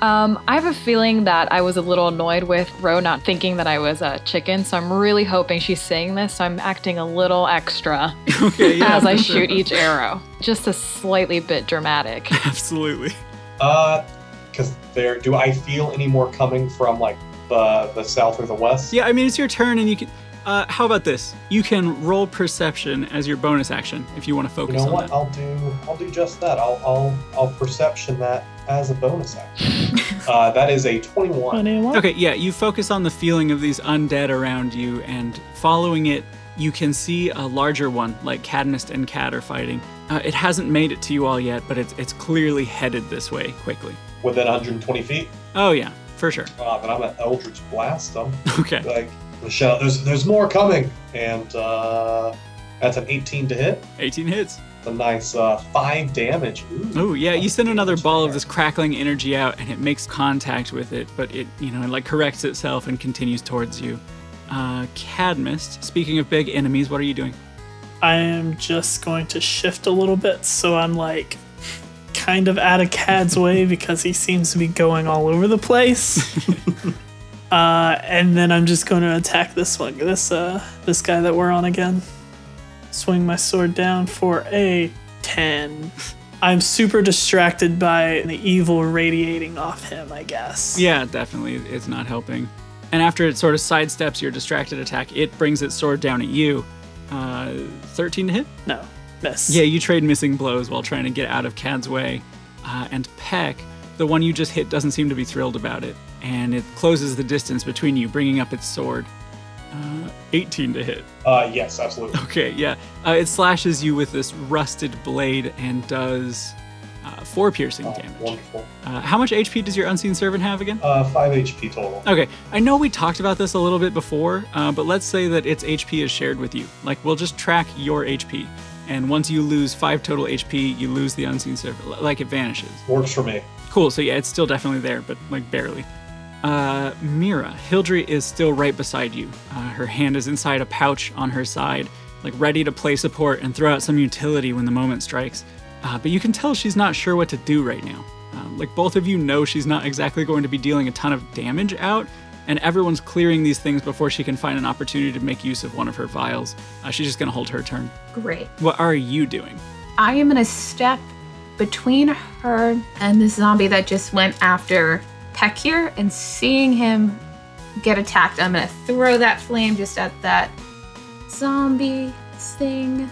G: Um, I have a feeling that I was a little annoyed with Ro not thinking that I was a chicken, so I'm really hoping she's seeing this. So I'm acting a little extra
A: Okay,
G: as I
A: for sure.
G: shoot each arrow, just a slightly bit dramatic.
A: Absolutely.
D: Uh, because there, do I feel any more coming from like the the south or the west?
A: Yeah, I mean, it's your turn, and you can. Uh, how about this? You can roll perception as your bonus action if you want to
D: You
A: focus
D: know
A: on
D: what?
A: that.
D: I'll do. I'll do just that. I'll I'll I'll perception that as a bonus action. uh, that is a
E: My
D: twenty-one.
E: name what?
A: Okay, yeah, you focus on the feeling of these undead around you, and following it, you can see a larger one, like Cadmus and Cad are fighting. Uh, it hasn't made it to you all yet, but it's, it's clearly headed this way quickly.
D: Within 120 feet.
A: Oh, yeah, for sure.
D: Uh, but I'm an Eldritch Blast them.
A: Okay.
D: Like Michelle, there's there's more coming, and uh, that's an 18 to hit.
A: 18 hits.
D: It's a nice uh, five damage. Ooh.
A: Oh, yeah, you send another
D: Damage
A: ball of
D: there.
A: this crackling energy out, and it makes contact with it, but it, you know, it like corrects itself and continues towards you. Uh, Cadmus, speaking of big enemies, what are you doing?
E: I am just going to shift a little bit so I'm like kind of out of Cad's way because he seems to be going all over the place. uh, and then I'm just going to attack this one, this uh, this guy that we're on again. Swing my sword down for a ten. I'm super distracted by the evil radiating off him, I guess.
A: Yeah, definitely. It's not helping. And after it sort of sidesteps your distracted attack, it brings its sword down at you. Uh, 13 to hit?
E: No, miss.
A: Yeah, you trade missing blows while trying to get out of Cad's way. Uh, and Peck, the one you just hit, doesn't seem to be thrilled about it. And it closes the distance between you, bringing up its sword. Uh, 18 to hit.
D: Uh, yes, absolutely.
A: Okay, yeah. Uh, it slashes you with this rusted blade and does uh, four piercing
D: Oh,
A: damage.
D: wonderful.
A: Uh, how much HP does your Unseen Servant have again?
D: Uh, five HP total.
A: Okay, I know we talked about this a little bit before, uh, but let's say that its HP is shared with you. Like, we'll just track your HP, and once you lose five total HP, you lose the unseen server. L- Like, it vanishes.
D: Works for me.
A: Cool. So yeah, it's still definitely there, but like barely. Uh, Mira, Hildry is still right beside you. Uh, her hand is inside a pouch on her side, like ready to play support and throw out some utility when the moment strikes. Uh, but you can tell she's not sure what to do right now. Um, like both of you know she's not exactly going to be dealing a ton of damage out, and everyone's clearing these things before she can find an opportunity to make use of one of her vials. Uh, she's just gonna hold her turn.
C: Great.
A: What are you doing?
C: I am gonna step between her and this zombie that just went after Peck here, and seeing him get attacked, I'm gonna throw that flame just at that zombie thing.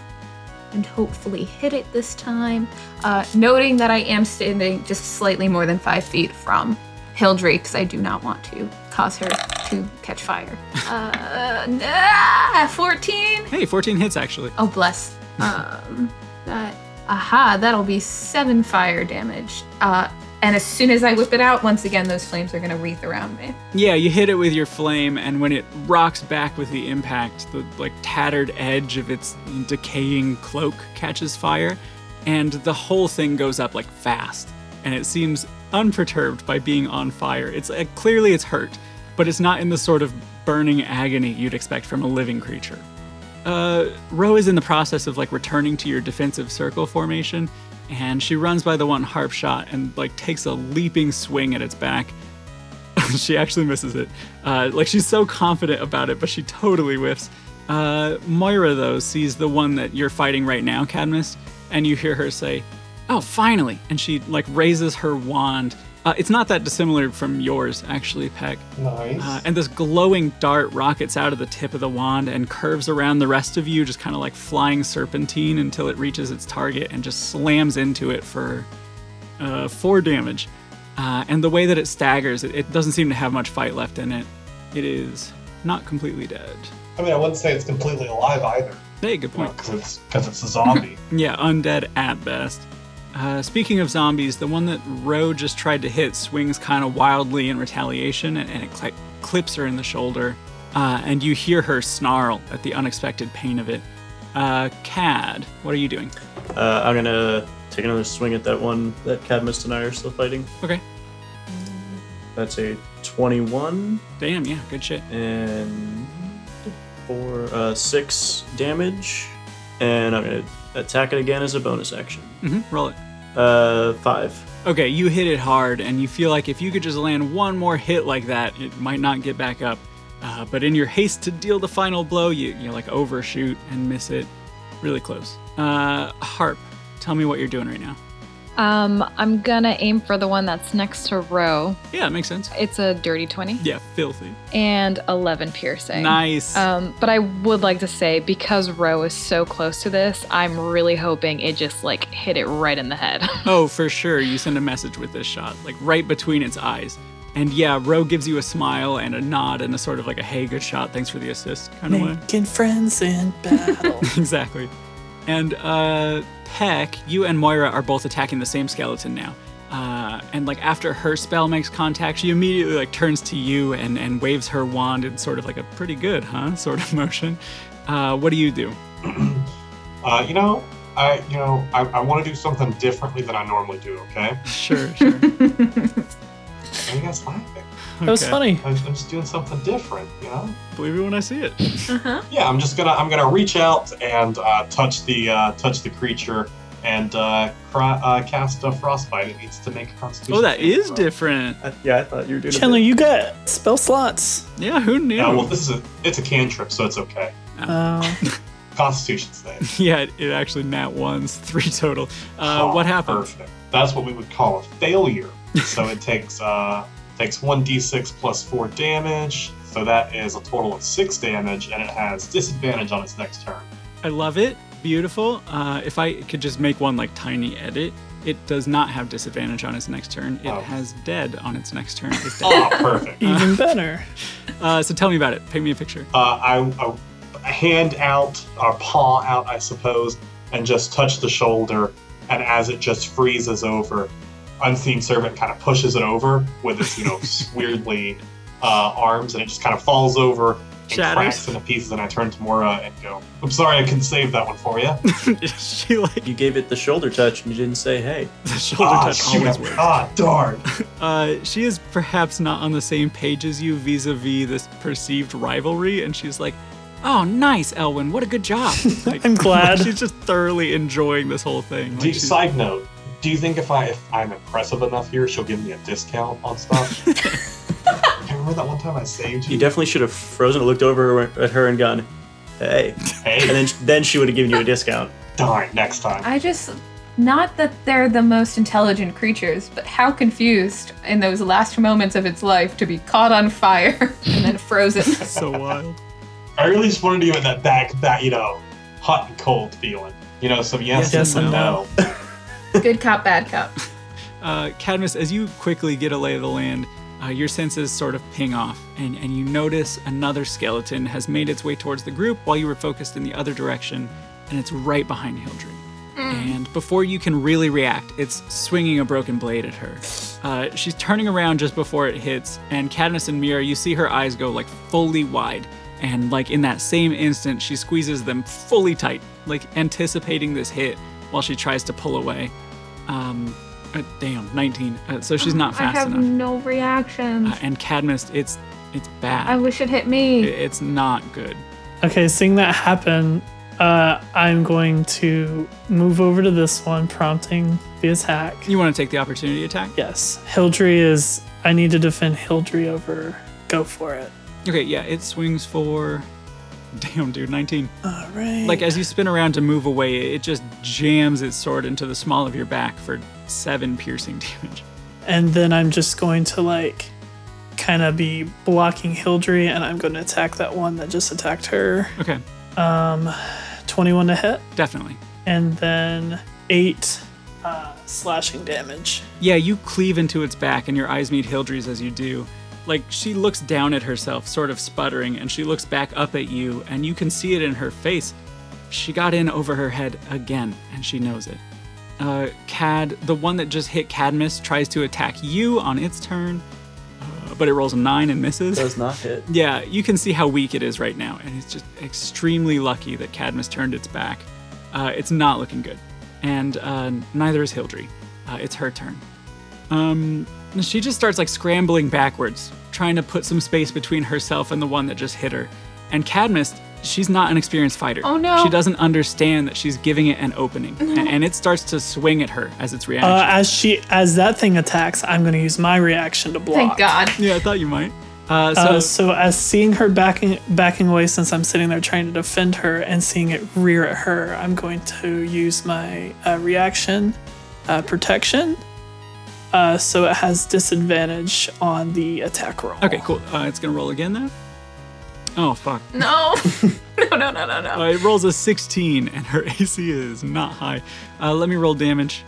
C: and hopefully hit it this time. Uh, noting that I am standing just slightly more than five feet from Hildry because I do not want to cause her to catch fire. Uh, nah, 14.
A: Hey, 14 hits actually.
C: Oh, bless. Um, that. Aha, that'll be seven fire damage. Uh, and as soon as I whip it out, once again, those flames are going to wreath around me.
A: Yeah, you hit it with your flame, and when it rocks back with the impact, the like tattered edge of its decaying cloak catches fire, and the whole thing goes up like fast. And it seems unperturbed by being on fire. It's uh, clearly it's hurt, but it's not in the sort of burning agony you'd expect from a living creature. Uh, Ro is in the process of like returning to your defensive circle formation, and she runs by the one harp shot and like takes a leaping swing at its back. she actually misses it. Uh, like she's so confident about it, but she totally whiffs. Uh, Moira though sees the one that you're fighting right now, Cadmus, and you hear her say, "Oh, finally!" And she like raises her wand. Uh, it's not that dissimilar from yours, actually, Peck.
D: Nice.
A: Uh, and this glowing dart rockets out of the tip of the wand and curves around the rest of you, just kind of like flying serpentine until it reaches its target and just slams into it for uh, four damage. Uh, and the way that it staggers, it, it doesn't seem to have much fight left in it. It is not completely dead.
D: I mean, I wouldn't say it's completely alive either,
A: Hey, good point.
D: because it's because it's a zombie.
A: Yeah, undead at best. Uh, speaking of zombies, the one that Ro just tried to hit swings kind of wildly in retaliation, and, and it cli clips her in the shoulder. Uh, and you hear her snarl at the unexpected pain of it. Uh, Cad, what are you doing?
B: Uh, I'm gonna take another swing at that one that Cadmus and I are still fighting.
A: Okay.
B: That's a 21
A: Damn, yeah, good shit.
B: and four, uh, six damage, and I'm gonna attack it again as a bonus action.
A: hmm roll it.
B: Uh, five.
A: Okay, you hit it hard, and you feel like if you could just land one more hit like that, it might not get back up. Uh, but in your haste to deal the final blow, you, you like overshoot and miss it. Really close. Uh, Harp, tell me what you're doing right now.
G: Um, I'm gonna aim for the one that's next to Row.
A: Yeah, it makes sense.
G: It's a dirty 20
A: Yeah, filthy.
G: and 11 piercing.
A: Nice.
G: Um, but I would like to say because Row is so close to this, I'm really hoping it just like hit it right in the head.
A: oh, for sure. You send a message with this shot, like right between its eyes. And yeah, Ro gives you a smile and a nod and a sort of like a hey, good shot, thanks for the assist kind of way.
E: Making friends in battle.
A: exactly. And uh, Peck, you and Moira are both attacking the same skeleton now. Uh, and like after her spell makes contact, she immediately like turns to you and and waves her wand in sort of like a pretty good, huh, sort of motion. Uh, what do you do?
D: uh, you know, I you know I, I want to do something differently than I normally do. Okay,
A: Sure, sure.
D: Why are you guys laughing?
E: That was
A: Okay.
E: funny.
D: I'm, I'm just doing something different. You know.
A: Believe it when I see it.
D: Yeah, I'm just gonna I'm gonna reach out and uh, touch the uh, touch the creature and uh, cry, uh, cast a frostbite. It needs to make a Constitution.
A: Oh, that
D: saving
A: is
D: throw.
A: different.
B: Uh, yeah, I thought you were doing. a
E: Chandler,
B: bit-
E: you got spell slots.
A: Yeah, who knew?
D: Yeah, well, this is a, it's a cantrip, so it's okay.
E: Uh,
D: Constitution save.
A: Yeah, it, it actually nat ones, three total. Uh,
D: Oh,
A: what happened?
D: Perfect. That's what we would call a failure. so it takes uh, takes one d6 plus four damage. So that is a total of six damage, and it has disadvantage on its next turn.
A: I love it. Beautiful. Uh, if I could just make one like tiny edit, it does not have disadvantage on its next turn. It
D: Oh.
A: has dead on its next turn. It's dead.
D: Ah, perfect.
E: even better.
A: uh, so tell me about it. Paint me a picture.
D: uh, I, I hand out or paw out, I suppose, and just touch the shoulder. And as it just freezes over, unseen servant kind of pushes it over with its you know weirdly uh, arms, and it just kind of falls over and
A: Shatters.
D: cracks into pieces. And I turn to Mora and go, "I'm sorry, I can save that one for you."
A: she like
B: You gave it the shoulder touch and you didn't say hey.
A: the shoulder
D: ah,
A: touch
D: shoot,
A: always
D: I-
A: works.
D: ah, darn.
A: Uh, she is perhaps not on the same page as you vis-a-vis this perceived rivalry, and she's like, "Oh, nice, Elwin. What a good job." Like,
E: I'm glad.
A: she's just thoroughly enjoying this whole thing. Like,
D: Do you,
A: she's-
D: side note. Do you think if I if I'm impressive enough here, she'll give me a discount on stuff? Remember that one time I saved
B: You
D: you?
B: definitely should have frozen, looked over at her, and gone, "Hey," and
D: Hey,
B: then then she would have given you a discount.
D: darn, next time.
H: I just. Not that they're the most intelligent creatures, but how confused in those last moments of its life to be caught on fire and then frozen.
A: so wild.
D: I really just wanted to give it that back, that you know, hot and cold feeling. You know, so yes,
E: Yes
D: and
E: and
D: no.
C: Good cop, bad cop.
A: Uh, Cadmus, as you quickly get a lay of the land, uh, your senses sort of ping off, and, and you notice another skeleton has made its way towards the group while you were focused in the other direction, and it's right behind Hildred.
C: Mm.
A: And before you can really react, it's swinging a broken blade at her. Uh, she's turning around just before it hits, and Cadmus and Mira, you see her eyes go like fully wide. And like in that same instant, she squeezes them fully tight, like anticipating this hit while she tries to pull away. Um, uh, damn, 19. Uh, so she's not
C: Oh, I
A: fast
C: have
A: enough.
C: no reactions.
A: Uh, and Cadmus, it's it's bad.
C: I wish it hit
A: I-
C: me.
A: it's not good.
E: Okay, seeing that happen, uh, I'm going to move over to this one, prompting the attack.
A: You want to take the opportunity attack?
E: Yes, Hildry is. I need to defend Hildry over. Go for it.
A: Okay, yeah, it swings for. Damn, dude, 19.
E: All right.
A: Like as you spin around to move away, it just jams its sword into the small of your back for seven piercing damage.
E: and then I'm just going to like kind of be blocking Hildry, and I'm going to attack that one that just attacked her.
A: Okay,
E: Um, 21 to hit,
A: definitely.
E: and then eight uh, slashing damage.
A: Yeah, you cleave into its back, and your eyes meet Hildry's as you do. Like she looks down at herself, sort of sputtering, and she looks back up at you, and you can see it in her face. She got in over her head again, and she knows it. Uh, Cad, the one that just hit Cadmus, tries to attack you on its turn, uh, but it rolls a nine and misses.
I: Does not hit.
A: Yeah, you can see how weak it is right now, and it's just extremely lucky that Cadmus turned its back. Uh, it's not looking good, and uh, neither is Hildry. Uh, it's her turn. Um, she just starts like scrambling backwards, trying to put some space between herself and the one that just hit her. And Cadmus, she's not an experienced fighter.
C: Oh, no.
A: She doesn't understand that she's giving it an opening, a- and it starts to swing at her as its reaction.
E: Uh, as she as that thing attacks, I'm going to use my reaction to block.
J: Thank God.
A: yeah, I thought you might. Uh, so,
E: Uh, so as seeing her backing backing away since I'm sitting there trying to defend her and seeing it rear at her, I'm going to use my uh, reaction uh, protection. Uh, so it has disadvantage on the attack roll.
A: okay, cool. Uh, it's gonna roll again though. Oh fuck.
C: Mm.
J: No. no, no, no, no, no.
A: Uh, it rolls a 16, and her AC is not high. Uh, let me roll damage.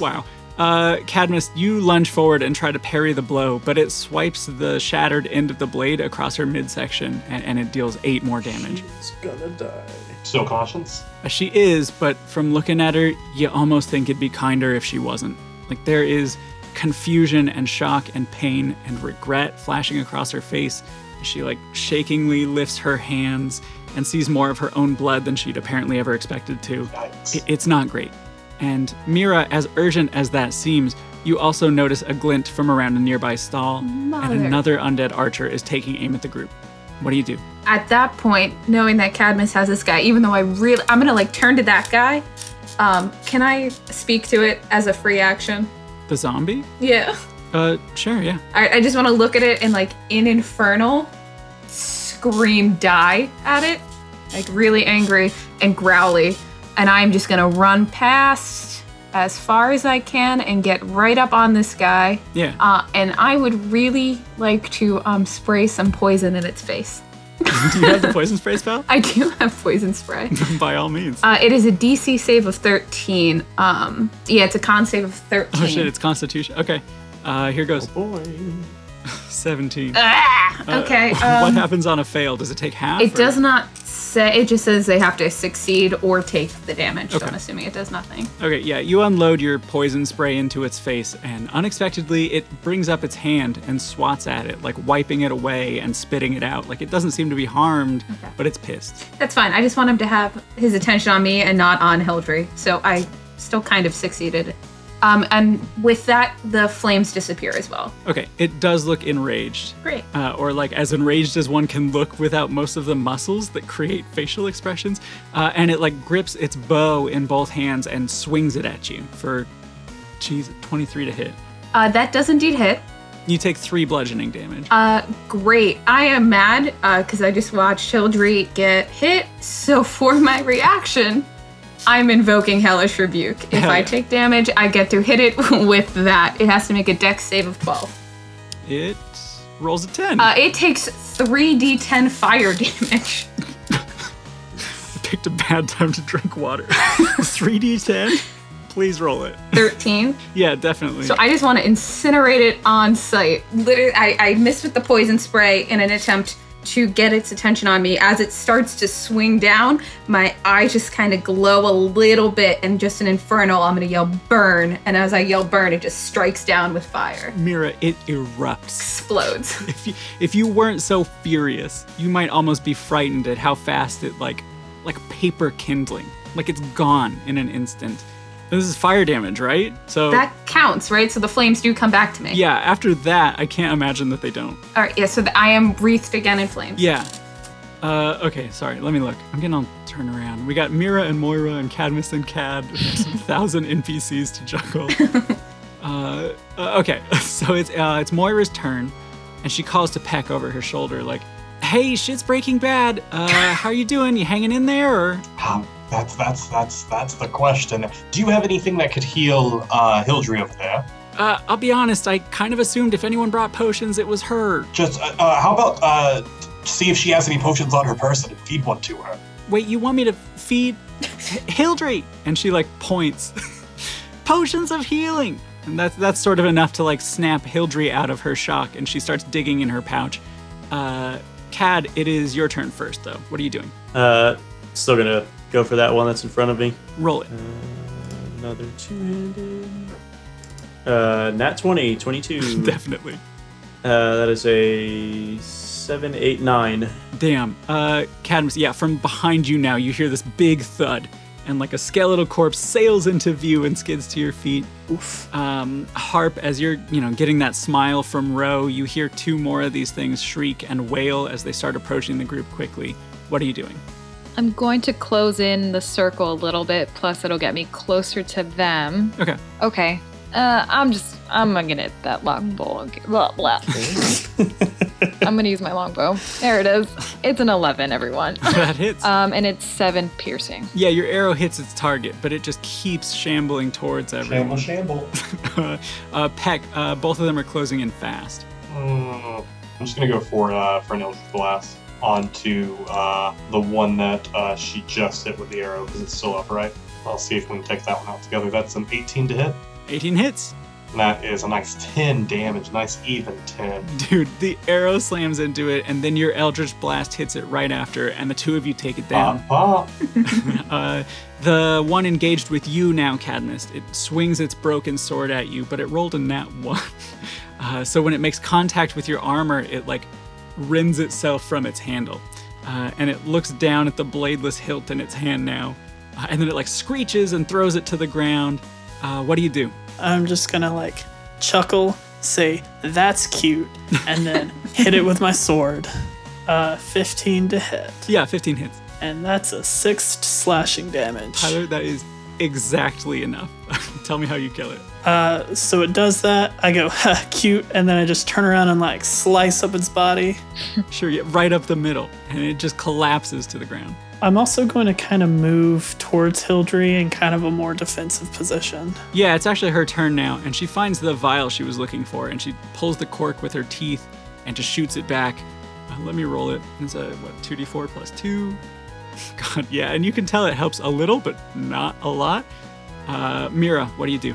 A: Wow. Uh, Cadmus, you lunge forward and try to parry the blow, but it swipes the shattered end of the blade across her midsection, and, and it deals eight more damage.
I: It's gonna die.
D: Still cautions.
A: Uh, She is, but from looking at her, you almost think it'd be kinder if she wasn't. Like, there is confusion and shock and pain and regret flashing across her face. She, like, shakingly lifts her hands and sees more of her own blood than she'd apparently ever expected to.
D: Yikes.
A: I- It's not great. And Mira, as urgent as that seems, you also notice a glint from around a nearby stall,
C: Mother.
A: and another undead archer is taking aim at the group. What do you do?
C: At that point, knowing that Cadmus has this guy, even though I really, I'm gonna like turn to that guy. Um, can I speak to it as a free action?
A: The zombie?
C: Yeah.
A: Uh, sure, yeah.
C: I, I just want to look at it and like in infernal, scream die at it, like really angry and growly, and I'm just gonna run past as far as I can and get right up on this guy.
A: Yeah.
C: Uh, and I would really like to um, spray some poison in its face.
A: do you have the poison spray spell?
C: I do have poison spray.
A: By all means.
C: Uh, it is a DC save of 13. Um, yeah, it's a con save of 13.
A: Oh shit, it's Constitution. Okay, uh, here goes.
B: Oh.
E: Boy.
A: 17.
C: ah, okay. Um,
A: uh, what happens on a fail? Does it take half?
C: It
A: or-
C: does not say. It just says they have to succeed or take the damage. So
A: Okay.
C: I'm assuming it does nothing.
A: Okay, yeah, you unload your poison spray into its face, and unexpectedly, it brings up its hand and swats at it, like wiping it away and spitting it out. Like it doesn't seem to be harmed, but it's pissed.
C: That's fine. I just want him to have his attention on me and not on Hildry. So I still kind of succeeded. Um, and with that, the flames disappear as well.
A: Okay, it does look enraged.
C: Great.
A: Uh, or like as enraged as one can look without most of the muscles that create facial expressions, uh, and it like grips its bow in both hands and swings it at you for, geez, 23 to hit.
C: Uh, that does indeed hit.
A: You take three bludgeoning damage.
C: Uh, great. I am mad because I just watched Hildry get hit. So for my reaction, I'm invoking Hellish Rebuke. If
A: Hell
C: I
A: yeah.
C: take damage, I get to hit it with that. It has to make a dex save of Uh, 12.
A: it rolls a 10.
C: Uh, it takes 3d10 fire damage.
A: picked a bad time to drink water. 3d10. Please roll it.
C: 13.
A: Yeah, definitely.
C: So I just want to incinerate it on sight. Literally, I, I missed with the poison spray in an attempt to get its attention on me. As it starts to swing down, my eyes just kind of glow a little bit, and just an infernal, I'm going to yell burn. And as I yell burn, it just strikes down with fire,
A: Mira, it erupts.
C: explodes.
A: If you, if you weren't so furious, you might almost be frightened at how fast it like like paper kindling. Like it's gone in an instant. This is fire damage, right? So
C: That counts, right? So the flames do come back to me.
A: yeah, after that, I can't imagine that they don't.
C: All right, yeah, so the, I am wreathed again in flames.
A: Yeah. Uh, okay, sorry. Let me look. I'm getting all turned around. We got Mira and Moira and Cadmus and Cad. There's a thousand NPCs to juggle. uh, uh, okay, so it's uh, it's Moira's turn, and she calls to Peck over her shoulder, like, "Hey, shit's breaking bad. Uh, how are you doing? You hanging in there?" Or
D: Um, that's that's that's that's the question. Do you have anything that could heal uh, Hildry over there?
A: uh, I'll be honest, I kind of assumed if anyone brought potions, it was her.
D: Just uh, uh, how about uh, see if she has any potions on her person and feed one to her.
A: Wait, you want me to feed H- Hildry? And she like points. Potions of healing. And that's that's sort of enough to like snap Hildry out of her shock, and she starts digging in her pouch. Uh, Cad, it is your turn first, though. What are you doing?
B: Uh, still gonna go for that one that's in front of me.
A: Roll it.
B: Another two-handed. Uh, nat 20, 22. uh,
A: Definitely.
B: that is a seven, eight, nine.
A: Damn. Uh, Cadmus, yeah, from behind you now, you hear this big thud, and like a skeletal corpse sails into view and skids to your feet. Oof. Um, Harp, as you're, you know, getting that smile from Roe, you hear two more of these things shriek and wail as they start approaching the group quickly. What are you doing?
G: I'm going to close in the circle a little bit, plus it'll get me closer to them.
A: Okay.
G: Okay. Uh, I'm just, I'm gonna get that longbow. and get- Blah, blah. I'm gonna use my longbow. There it is. It's an 11, everyone.
A: That hits.
G: Um, and it's seven piercing.
A: yeah, your arrow hits its target, but it just keeps shambling towards everyone.
D: shamble.
A: uh, Peck, uh, both of them are closing in fast.
D: Mm, I'm just gonna go for uh, for an Eldritch blast onto uh, the one that uh, she just hit with the arrow because it's still upright. I'll see if we can take that one out together. That's an 18 to hit.
A: 18 hits.
D: And that is a nice 10 damage, nice even 10.
A: Dude, the arrow slams into it, and then your Eldritch Blast hits it right after, and the two of you take it down.
D: Pop, pop.
A: Uh, the one engaged with you now, Cadmus, it swings its broken sword at you, but it rolled a nat one. Uh, so when it makes contact with your armor, it like rends itself from its handle, uh, and it looks down at the bladeless hilt in its hand now, uh, and then it like screeches and throws it to the ground. Uh, what do you do?
E: I'm just gonna like chuckle, say, that's cute, and then hit it with my sword. Uh, 15 to hit.
A: Yeah, 15 hits.
E: And that's a six slashing damage.
A: Tyler, that is exactly enough. Tell me how you kill it.
E: Uh, so it does that. I go, ha, cute, and then I just turn around and like slice up its body.
A: Sure, yeah, right up the middle, and it just collapses to the ground.
E: I'm also going to kind of move towards Hildry in kind of a more defensive position.
A: Yeah, it's actually her turn now, and she finds the vial she was looking for, and she pulls the cork with her teeth and just shoots it back. Uh, let me roll it. It's a, what, 2d4 plus 2? God, yeah, and you can tell it helps a little, but not a lot. Uh, Mira, what do you do?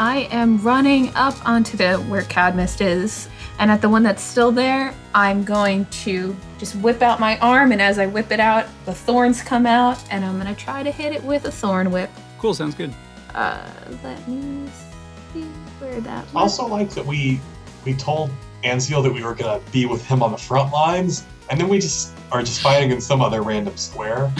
H: I am running up onto the where Cadmus is, and at the one that's still there, I'm going to
C: Just whip out my arm, and as I whip it out, the thorns come out, and I'm going to try to hit it with a thorn whip.
A: Cool, sounds good.
H: uh let me see where that was.
D: Also like that we we told Anzio that we were gonna be with him on the front lines, and then we just are just fighting in some other random square.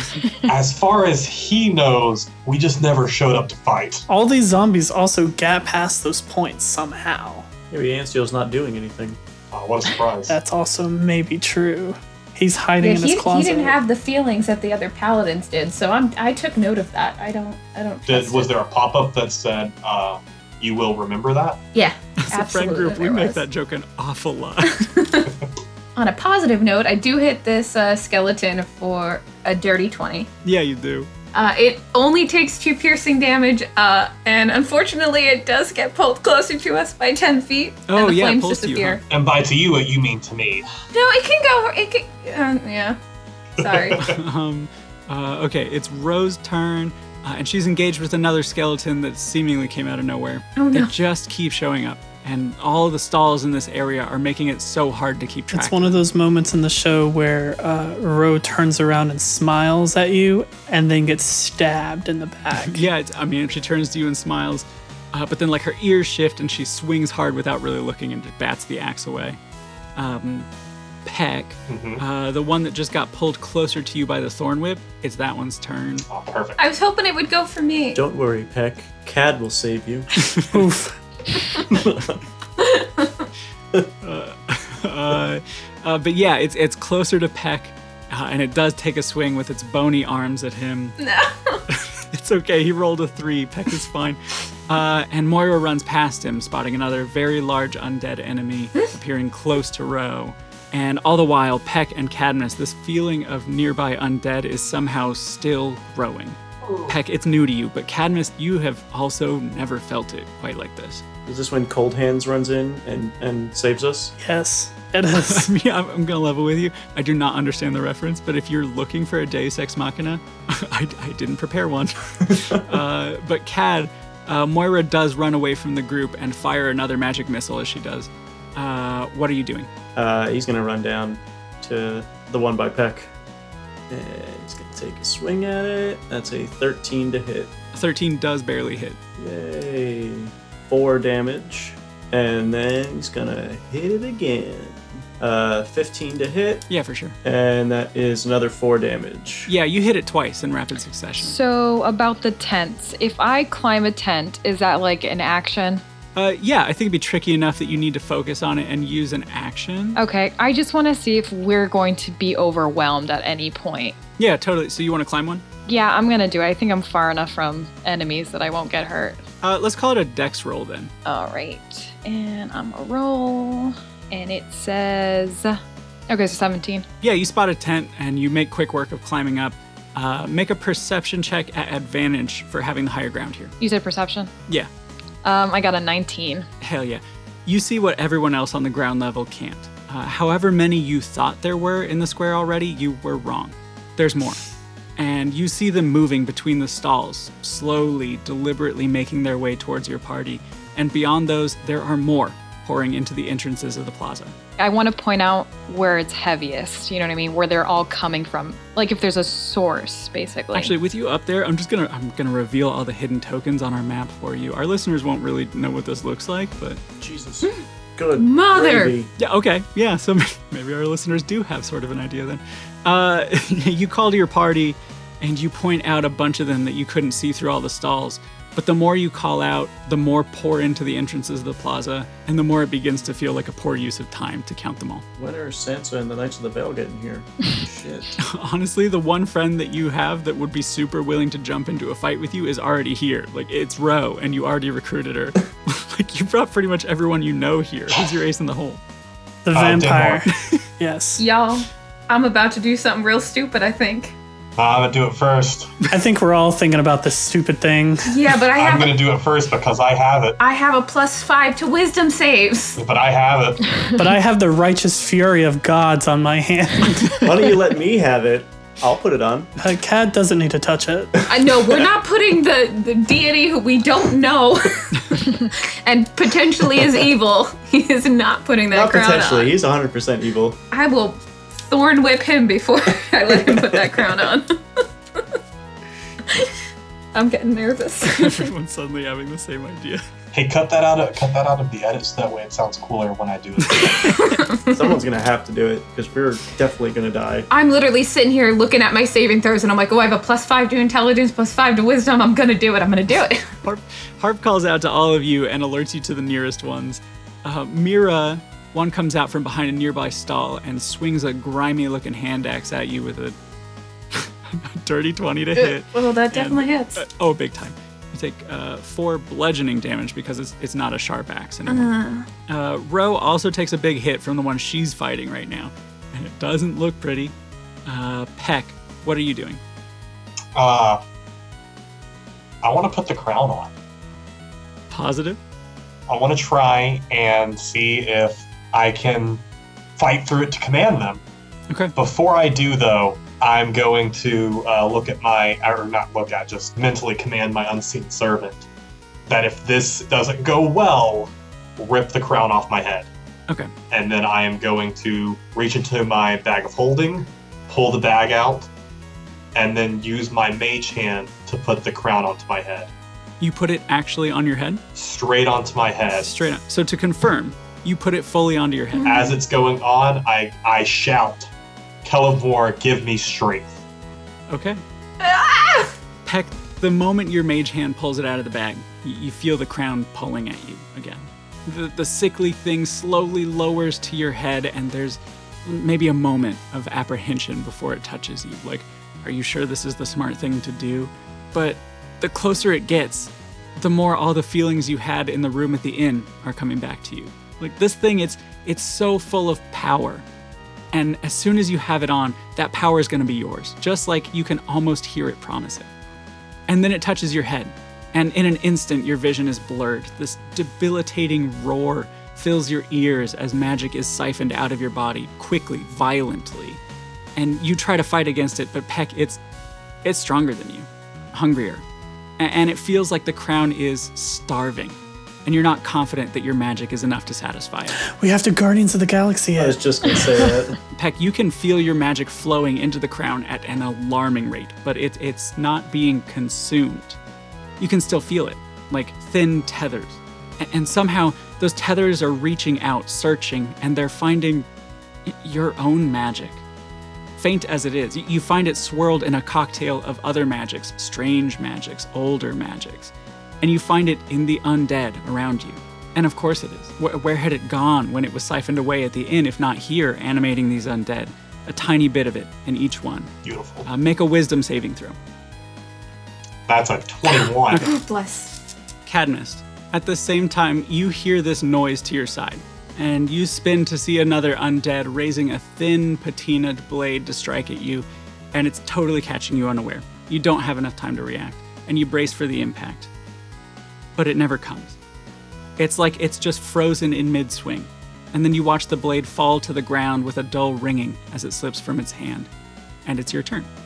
D: as far as he knows, we just never showed up to fight.
E: All these zombies also got past those points somehow.
B: Maybe Anseal's not doing anything.
D: Oh, what a surprise!
E: That's also maybe true. He's hiding
C: Yeah,
E: in
C: he,
E: his
C: he
E: closet.
C: didn't have the feelings that the other paladins did, so I'm I took note of that. I don't I don't.
D: Did,
C: trust
D: was
C: it.
D: there a pop up that said, uh, "You will remember that"?
C: Yeah,
A: As a friend
C: absolutely
A: group, we
C: there
A: make
C: was.
A: that joke an awful lot.
C: On a positive note, I do hit this uh, skeleton for a dirty twenty.
A: yeah, you do.
C: Uh, it only takes two piercing damage, uh, and unfortunately, it does get pulled closer to us by ten feet,
A: Oh,
C: and the
A: yeah, it
C: flames
A: pulls to you,
C: disappear.
D: And by to you, you mean to me.
C: No, it can go. It can. Um, yeah. Sorry.
A: um, Uh, okay, it's Rose's turn, uh, and she's engaged with another skeleton that seemingly came out of nowhere.
C: Oh, no.
A: They just keep showing up, and all the stalls in this area are making it so hard to keep track.
E: It's one of those moments in the show where uh, Ro turns around and smiles at you and then gets stabbed in the back.
A: yeah, it's, I mean, she turns to you and smiles, uh, but then like her ears shift and she swings hard without really looking and just bats the axe away. Um, Peck, uh, the one that just got pulled closer to you by the thorn whip, it's that one's turn.
D: Oh, perfect.
C: I was hoping it would go for me.
B: Don't worry, Peck. Cad will save you.
E: Oof.
A: uh, uh, but yeah, it's it's closer to Peck, uh, and it does take a swing with its bony arms at him. No. it's okay. He rolled a three. Peck is fine. Uh, and Moira runs past him, spotting another very large undead enemy appearing close to Ro. And all the while, Peck and Cadmus, this feeling of nearby undead is somehow still growing. Peck, it's new to you, but Cadmus, you have also never felt it quite like this.
B: Is this when Cold Hands runs in and, and saves us?
E: Yes, it is.
A: I mean, I'm, I'm gonna level with you. I do not understand the reference, but if you're looking for a Deus Ex Machina, I, I didn't prepare one. uh, but Cad, uh, Moira does run away from the group and fire another magic missile as she does. Uh, what are you doing?
B: Uh, he's gonna run down to the one by Peck. And he's gonna take a swing at it. That's a 13 to hit.
A: 13 does barely hit.
B: Yay. Four damage. And then he's gonna hit it again. Uh, 15 to hit,
A: Yeah, for sure.
B: and that is another four damage.
A: Yeah, you hit it twice in rapid succession.
G: So about the tents. If I climb a tent, is that like an action?
A: Uh, yeah, I think it'd be tricky enough that you need to focus on it and use an
C: Uh,
A: action.
G: Okay, I just want to see if we're going to be overwhelmed at any point.
A: Yeah, totally. So you want to climb one?
G: Yeah, I'm gonna do it. I think I'm far enough from enemies that I won't get hurt.
A: Uh, let's call it a dex roll then.
G: All right, and I'm a roll, and it says, okay, so 17.
A: Yeah, you spot a tent and you make quick work of climbing up. Uh, make a perception check at advantage for having the higher ground here.
G: You said perception.
A: Yeah,
G: Um, I got a 19.
A: hell yeah. You see what everyone else on the ground level can't. Uh, however many you thought there were in the square already, you were wrong. There's more. And you see them moving between the stalls, slowly, deliberately making their way towards your party. And beyond those, there are more pouring into the entrances of the plaza.
G: I want to point out where it's heaviest. You know what I mean? Where they're all coming from. Like if there's a source, basically.
A: Actually, with you up there, I'm just gonna I'm gonna reveal all the hidden tokens on our map for you. Our listeners won't really know what this looks like, but
B: Jesus. Good.
C: Hmm. Mother.
B: gravy.
A: yeah, okay, yeah. So maybe our listeners do have sort of an idea then. Uh, you call to your party, and you point out a bunch of them that you couldn't see through all the stalls. But the more you call out, the more pour into the entrances of the plaza, and the more it begins to feel like a poor use of time to count them all.
B: When are Sansa and the Knights of the Vale getting here? Shit.
A: Honestly, the one friend that you have that would be super willing to jump into a fight with you is already here. Like, it's Ro, and you already recruited her. like, you brought pretty much everyone you know here. Who's your ace in the hole?
E: The vampire. yes.
C: Y'all, I'm about to do something real stupid, I think.
D: Uh, I'm gonna do it first.
E: I think we're all thinking about this stupid thing.
C: Yeah, but I
D: I'm
C: have
D: gonna do it first because I have it.
C: I have a plus five to wisdom saves.
D: But I have it.
E: But I have the righteous fury of gods on my hand.
B: Why don't you let me have it? I'll put it on.
E: A cat doesn't need to touch it.
C: I know we're not putting the, the deity who we don't know and potentially is evil. He is not putting that
B: Not
C: crown
B: potentially.
C: on.
B: He's 100% evil.
C: I will thorn whip him before I let him put that crown on. I'm getting nervous.
A: Everyone's suddenly having the same idea.
D: Hey, cut that out of cut that out of the edits. That way, it sounds cooler when I do it.
B: Someone's gonna have to do it because we're definitely gonna die.
C: I'm literally sitting here looking at my saving throws and I'm like, oh, I have a plus five to intelligence, plus five to wisdom. I'm gonna do it. I'm gonna do it.
A: Harp, Harp calls out to all of you and alerts you to the nearest ones. Uh, Mira, one comes out from behind a nearby stall and swings a grimy looking hand axe at you with a dirty 20 to hit.
C: Well, that
A: definitely
C: hits.
A: Uh, oh, big time. You take uh, four bludgeoning damage because it's, it's not a sharp axe anymore. uh Ro also takes a big hit from the one she's fighting right now, and it doesn't look pretty. Uh, Peck, what are you doing?
D: Uh, I want to put the crown on.
A: Positive?
D: I want to try and see if I can fight through it to command them.
A: Okay.
D: Before I do, though, I'm going to uh, look at my, or not look at, just mentally command my unseen servant that if this doesn't go well, rip the crown off my head.
A: Okay.
D: And then I am going to reach into my bag of holding, pull the bag out, and then use my mage hand to put the crown onto my head.
A: You put it actually on your head?
D: Straight onto my head.
A: Straight on. So to confirm, you put it fully onto your head.
D: As it's going on, I, I shout, Kelivor, give me strength.
A: Okay. Peck, the moment your mage hand pulls it out of the bag, you, you feel the crown pulling at you again. The, the sickly thing slowly lowers to your head, and there's maybe a moment of apprehension before it touches you. Like, are you sure this is the smart thing to do? But the closer it gets, the more all the feelings you had in the room at the inn are coming back to you. Like this thing, it's it's so full of power. And as soon as you have it on, that power is going to be yours, just like you can almost hear it promise it. And then it touches your head, and in an instant, your vision is blurred. This debilitating roar fills your ears as magic is siphoned out of your body quickly, violently. And you try to fight against it, but Peck, it's it's stronger than you, hungrier, a- and it feels like the crown is starving, and you're not confident that your magic is enough to satisfy it.
E: We have to Guardians of the Galaxy
B: I
E: it.
B: was just gonna say uh, that.
A: Peck, you can feel your magic flowing into the crown at an alarming rate, but it, it's not being consumed. You can still feel it, like thin tethers. A- And somehow, those tethers are reaching out, searching, and they're finding y- your own magic. Faint as it is, y- you find it swirled in a cocktail of other magics, strange magics, older magics, and you find it in the undead around you. And of course it is. Where, where had it gone when it was siphoned away at the inn, if not here, animating these undead? A tiny bit of it in each one.
D: Beautiful.
A: Uh, make a wisdom saving throw.
D: That's a 21.
H: Bless.
A: Cadmus, at the same time, you hear this noise to your side, and you spin to see another undead raising a thin patinaed blade to strike at you, and it's totally catching you unaware. You don't have enough time to react, and you brace for the impact. But it never comes. It's like it's just frozen in mid swing, and then you watch the blade fall to the ground with a dull ringing as it slips from its hand. And it's your turn.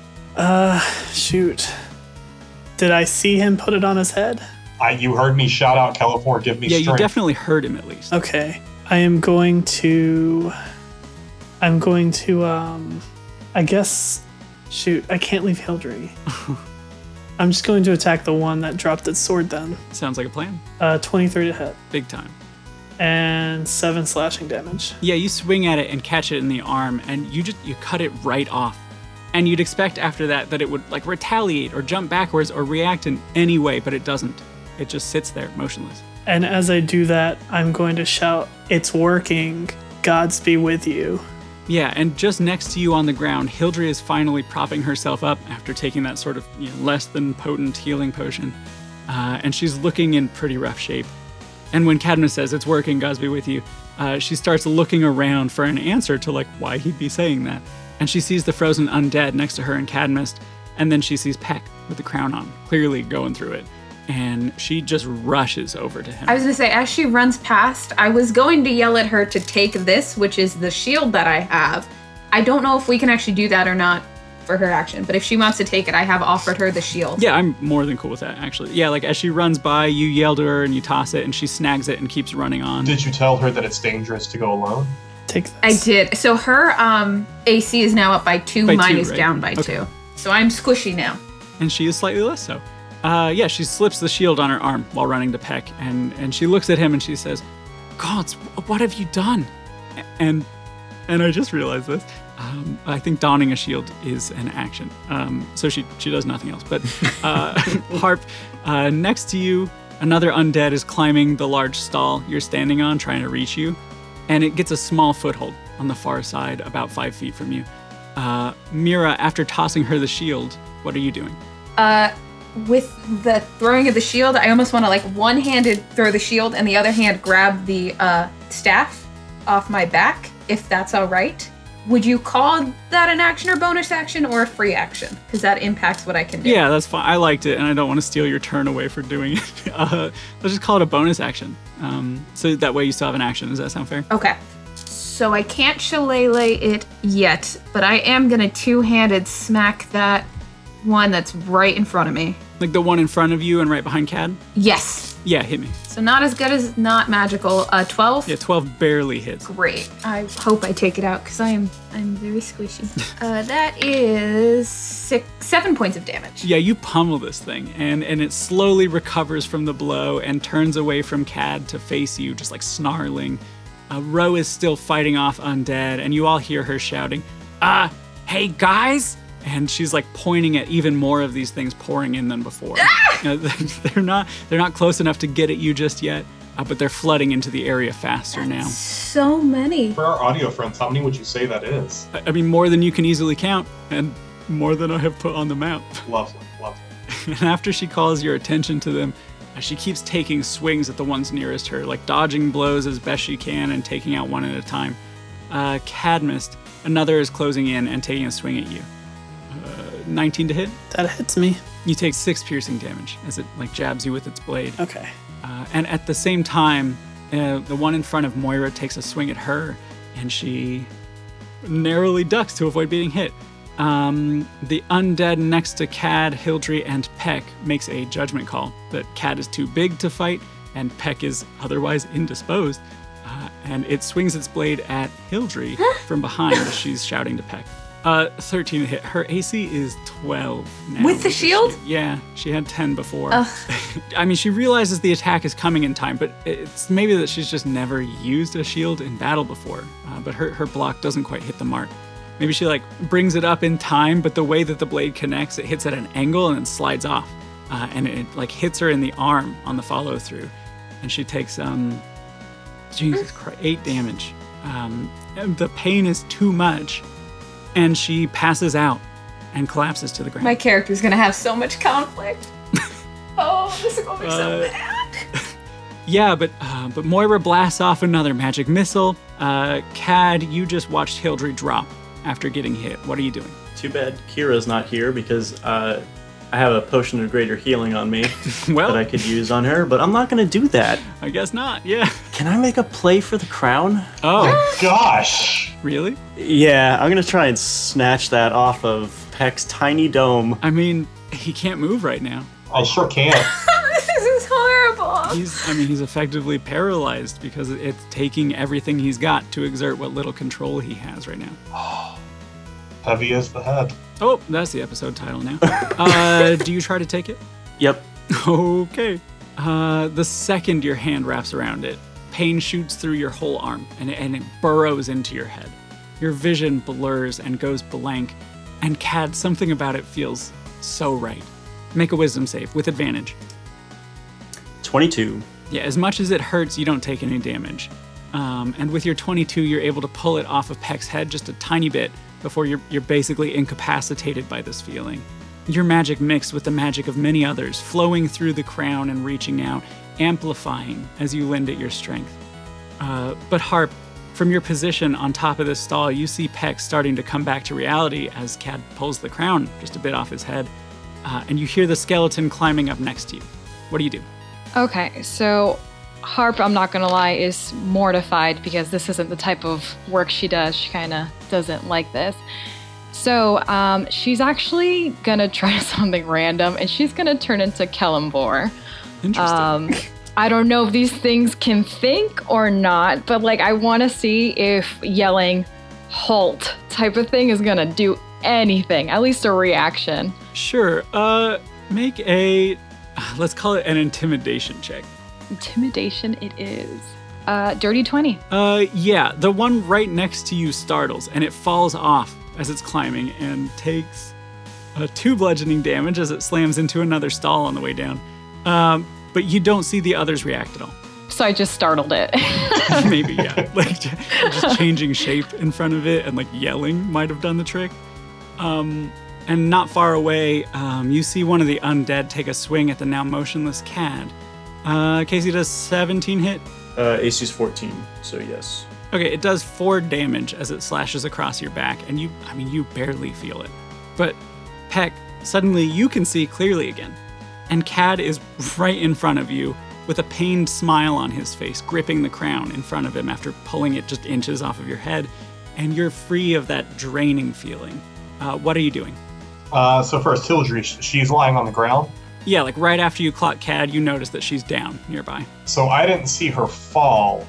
E: Shoot. Did I see him put it on his head?
D: I, you heard me shout out, California, give me
A: Yeah, you
D: strength.
A: definitely heard him at least.
E: Okay. I am going to. I'm going to. Um, I guess. Shoot, I can't leave Hildry. I'm just going to attack the one that dropped its sword. Then
A: Sounds like a plan.
E: uh, 23 to hit
A: Big time.
E: and seven slashing damage.
A: Yeah, you swing at it and catch it in the arm, and you just you cut it right off. And you'd expect after that that it would like retaliate or jump backwards or react in any way, but it doesn't. It just sits there motionless.
E: And as I do that, I'm going to shout, "It's working! Gods be with you!"
A: Yeah, and just next to you on the ground, Hildry is finally propping herself up after taking that sort of you know, less than potent healing potion, uh, and she's looking in pretty rough shape. And when Cadmus says it's working, Gosby with you, uh, she starts looking around for an answer to like why he'd be saying that. And she sees the frozen undead next to her and Cadmus, and then she sees Peck with the crown on, clearly going through it, and she just rushes over to him.
H: I was gonna say, as she runs past, I was going to yell at her to take this, which is the shield that I have. I don't know if we can actually do that or not for her action, but if she wants to take it, I have offered her the shield.
A: Yeah, I'm more than cool with that, actually. Yeah, like as she runs by, you yell to her and you toss it, and she snags it and keeps running on.
D: Did you tell her that it's dangerous to go alone?
E: Take this.
H: I did. So her um AC is now up by two,
A: By two,
H: mine is
A: right?
H: down by
A: Okay.
H: two. So I'm squishy now.
A: And she is slightly less so. Uh, yeah, she slips the shield on her arm while running to Peck, and, and she looks at him and she says, Gods, wh- what have you done? A- And and I just realized this. Um, I think donning a shield is an action. Um, so she, she does nothing else. But uh, Harp, uh, next to you, another undead is climbing the large stall you're standing on, trying to reach you. And it gets a small foothold on the far side, about five feet from you. Uh, Mira, after tossing her the shield, what are you doing?
H: Uh with the throwing of the shield, I almost want to like one-handed throw the shield and the other hand grab the uh staff off my back, if that's all right. Would you call that an action or bonus action or a free action? Because that impacts what I can do.
A: Yeah, that's fine. I liked it, and I don't want to steal your turn away for doing it. Uh, let's just call it a bonus action. Um, so that way you still have an action. Does that sound fair?
H: Okay. So I can't shillelagh it yet, but I am gonna two-handed smack that one that's right in front of me.
A: Like the one in front of you and right behind Cad?
H: Yes.
A: Yeah, hit me.
H: So not as good as not magical. Uh, twelve.
A: Yeah, 12 barely hits.
H: Great. I hope I take it out because I am I'm very squishy. uh, that is six, seven points of damage.
A: Yeah, you pummel this thing, and, and it slowly recovers from the blow and turns away from Cad to face you, just like snarling. Uh, Ro is still fighting off undead, and you all hear her shouting, Uh, hey guys! And she's like pointing at even more of these things pouring in than before. You know, they're not they're not close enough to get at you just yet, uh, but they're flooding into the area faster now.
H: So many.
D: For our audio friends, how many would you say that is?
A: I I mean, more than you can easily count, and more than I have put on the map.
D: Lovely, lovely.
A: and after she calls your attention to them, uh, she keeps taking swings at the ones nearest her, like dodging blows as best she can and taking out one at a time. Uh, Cadmus, another is closing in and taking a swing at you. Uh, 19 to hit.
E: That hits me.
A: You take six piercing damage as it like jabs you with its blade.
E: Okay.
A: Uh, and at the same time, uh, the one in front of Moira takes a swing at her, and she narrowly ducks to avoid being hit. Um, the undead next to Cad, Hildry, and Peck makes a judgment call that Cad is too big to fight, and Peck is otherwise indisposed. Uh, and it swings its blade at Hildry from behind as she's shouting to Peck. Uh, 13 to hit. Her AC is 12 now.
H: With the shield?
A: Yeah, she had 10 before. I mean, she realizes the attack is coming in time, but it's maybe that she's just never used a shield in battle before. Uh, but her, her block doesn't quite hit the mark. Maybe she like brings it up in time, but the way that the blade connects, it hits at an angle and then slides off, uh, and it like hits her in the arm on the follow through, and she takes um, Jesus Christ, eight damage. Um, and the pain is too much, and she passes out and collapses to the ground.
H: My character's gonna have so much conflict. oh, this is gonna be so
A: Uh,
H: bad.
A: Yeah, but uh, but Moira blasts off another magic missile. Uh, Cad, you just watched Hildry drop after getting hit. What are you doing?
B: Too bad Kira's not here because uh, I have a potion of greater healing on me
A: Well,
B: that I
A: I,
B: could use on her, but I'm not going to do that.
A: guess not. Yeah.
B: Can I make a play for the crown?
A: Oh,
D: Gosh!
A: really?
B: Yeah, I'm going to try and snatch that off of Peck's tiny dome.
A: I mean, he can't move right now.
D: I sure can.
H: this is horrible.
A: He's I mean, he's effectively paralyzed because it's taking everything he's got to exert what little control he has right now.
D: Heavy as the head.
A: Oh, that's the episode title now. Uh, do you try to take it?
B: Yep.
A: Okay. Uh, the second your hand wraps around it, pain shoots through your whole arm and, and it burrows into your head. Your vision blurs and goes blank, and Cad, something about it feels so right. Make a wisdom save with advantage.
B: 22.
A: Yeah, as much as it hurts, you don't take any damage. Um, and with your 22, you're able to pull it off of Peck's head just a tiny bit before you're, you're basically incapacitated by this feeling. Your magic mixed with the magic of many others, flowing through the crown and reaching out, amplifying as you lend it your strength. Uh, but Harp, from your position on top of this stall, you see Peck starting to come back to reality as Cad pulls the crown just a bit off his head, uh, and you hear the skeleton climbing up next to you. What do you do?
G: Okay, so Harp, I'm not gonna lie, is mortified because this isn't the type of work she does. She kind of doesn't like this. So um, she's actually gonna try something random, and she's gonna turn into Kellambor.
A: Interesting.
G: Um, I don't know if these things can think or not, but like I want to see if yelling "halt" type of thing is gonna do anything, at least a reaction.
A: Sure. Uh, make a let's call it an intimidation check.
G: Intimidation, it is. Uh, dirty twenty.
A: Uh, yeah, the one right next to you startles and it falls off as it's climbing and takes uh, two bludgeoning damage as it slams into another stall on the way down. Um, but you don't see the others react at all.
G: So I just startled it.
A: Maybe yeah, like j- just changing shape in front of it and like yelling might have done the trick. Um, and not far away, um, you see one of the undead take a swing at the now motionless cad. Uh, Casey does 17 hit.
B: Uh, AC's 14, so yes.
A: Okay, it does four damage as it slashes across your back, and you, I mean, you barely feel it. But, Peck, suddenly you can see clearly again, and Cad is right in front of you, with a pained smile on his face, gripping the crown in front of him after pulling it just inches off of your head, and you're free of that draining feeling. Uh, what are you doing?
D: Uh, so first, Hildry, sh- she's lying on the ground.
A: Yeah, like right after you clock Cad, you notice that she's down nearby.
D: So I didn't see her fall.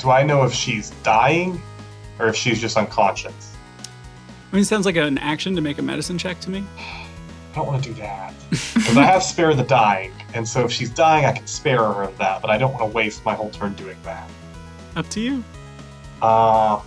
D: Do I know if she's dying or if she's just unconscious?
A: I mean, it sounds like an action to make a medicine check to me.
D: I don't want to do that because I have spare the dying, and so if she's dying, I can spare her of that. But I don't want to waste my whole turn doing that.
A: Up to you.
D: Uh,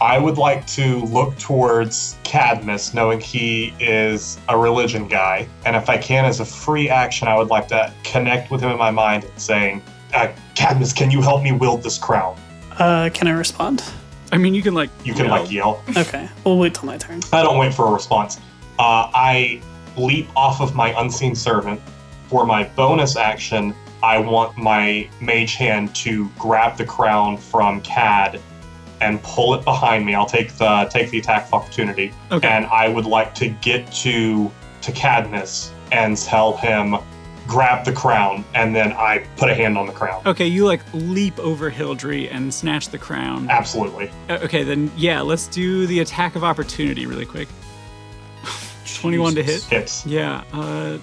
D: I would like to look towards Cadmus, knowing he is a religion guy. And if I can, as a free action, I would like to connect with him in my mind and saying, uh, Cadmus, can you help me wield this crown?
E: Uh, can I respond?
A: I mean, you can like
D: You can,
A: yell.
D: like, yell.
E: Okay, we'll wait till my turn.
D: I don't wait for a response. Uh, I leap off of my unseen servant. For my bonus action, I want my mage hand to grab the crown from Cad and pull it behind me. I'll take the take the attack of opportunity,
A: Okay.
D: and I would like to get to to Cadmus and tell him grab the crown, and then I put a hand on the crown.
A: Okay, you like leap over Hildry and snatch the crown.
D: Ah. Absolutely.
A: Uh, Okay, then yeah, let's do the attack of opportunity really quick. 21 to hit.
D: Hits.
A: Yeah, uh,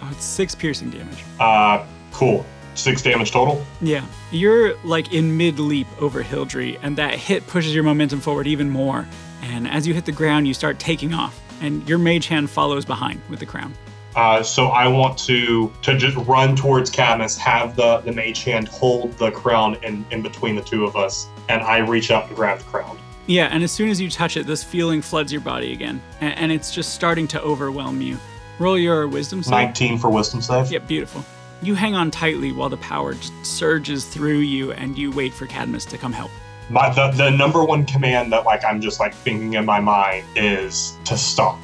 A: oh, it's six piercing damage.
D: Uh, cool. Six damage total.
A: Yeah, you're like in mid leap over Hildry, and that hit pushes your momentum forward even more. And as you hit the ground, you start taking off, and your mage hand follows behind with the crown.
D: Uh, so I want to to just run towards Cadmus, have the the mage hand hold the crown in in between the two of us, and I reach out to grab the crown.
A: Yeah, and as soon as you touch it, this feeling floods your body again, a- and, it's just starting to overwhelm you. Roll your wisdom save.
D: Nineteen for wisdom save.
A: Yeah, beautiful. You hang on tightly while the power just surges through you, and you wait for Cadmus to come help.
D: My the, the number one command that like I'm just like thinking in my mind is to stop.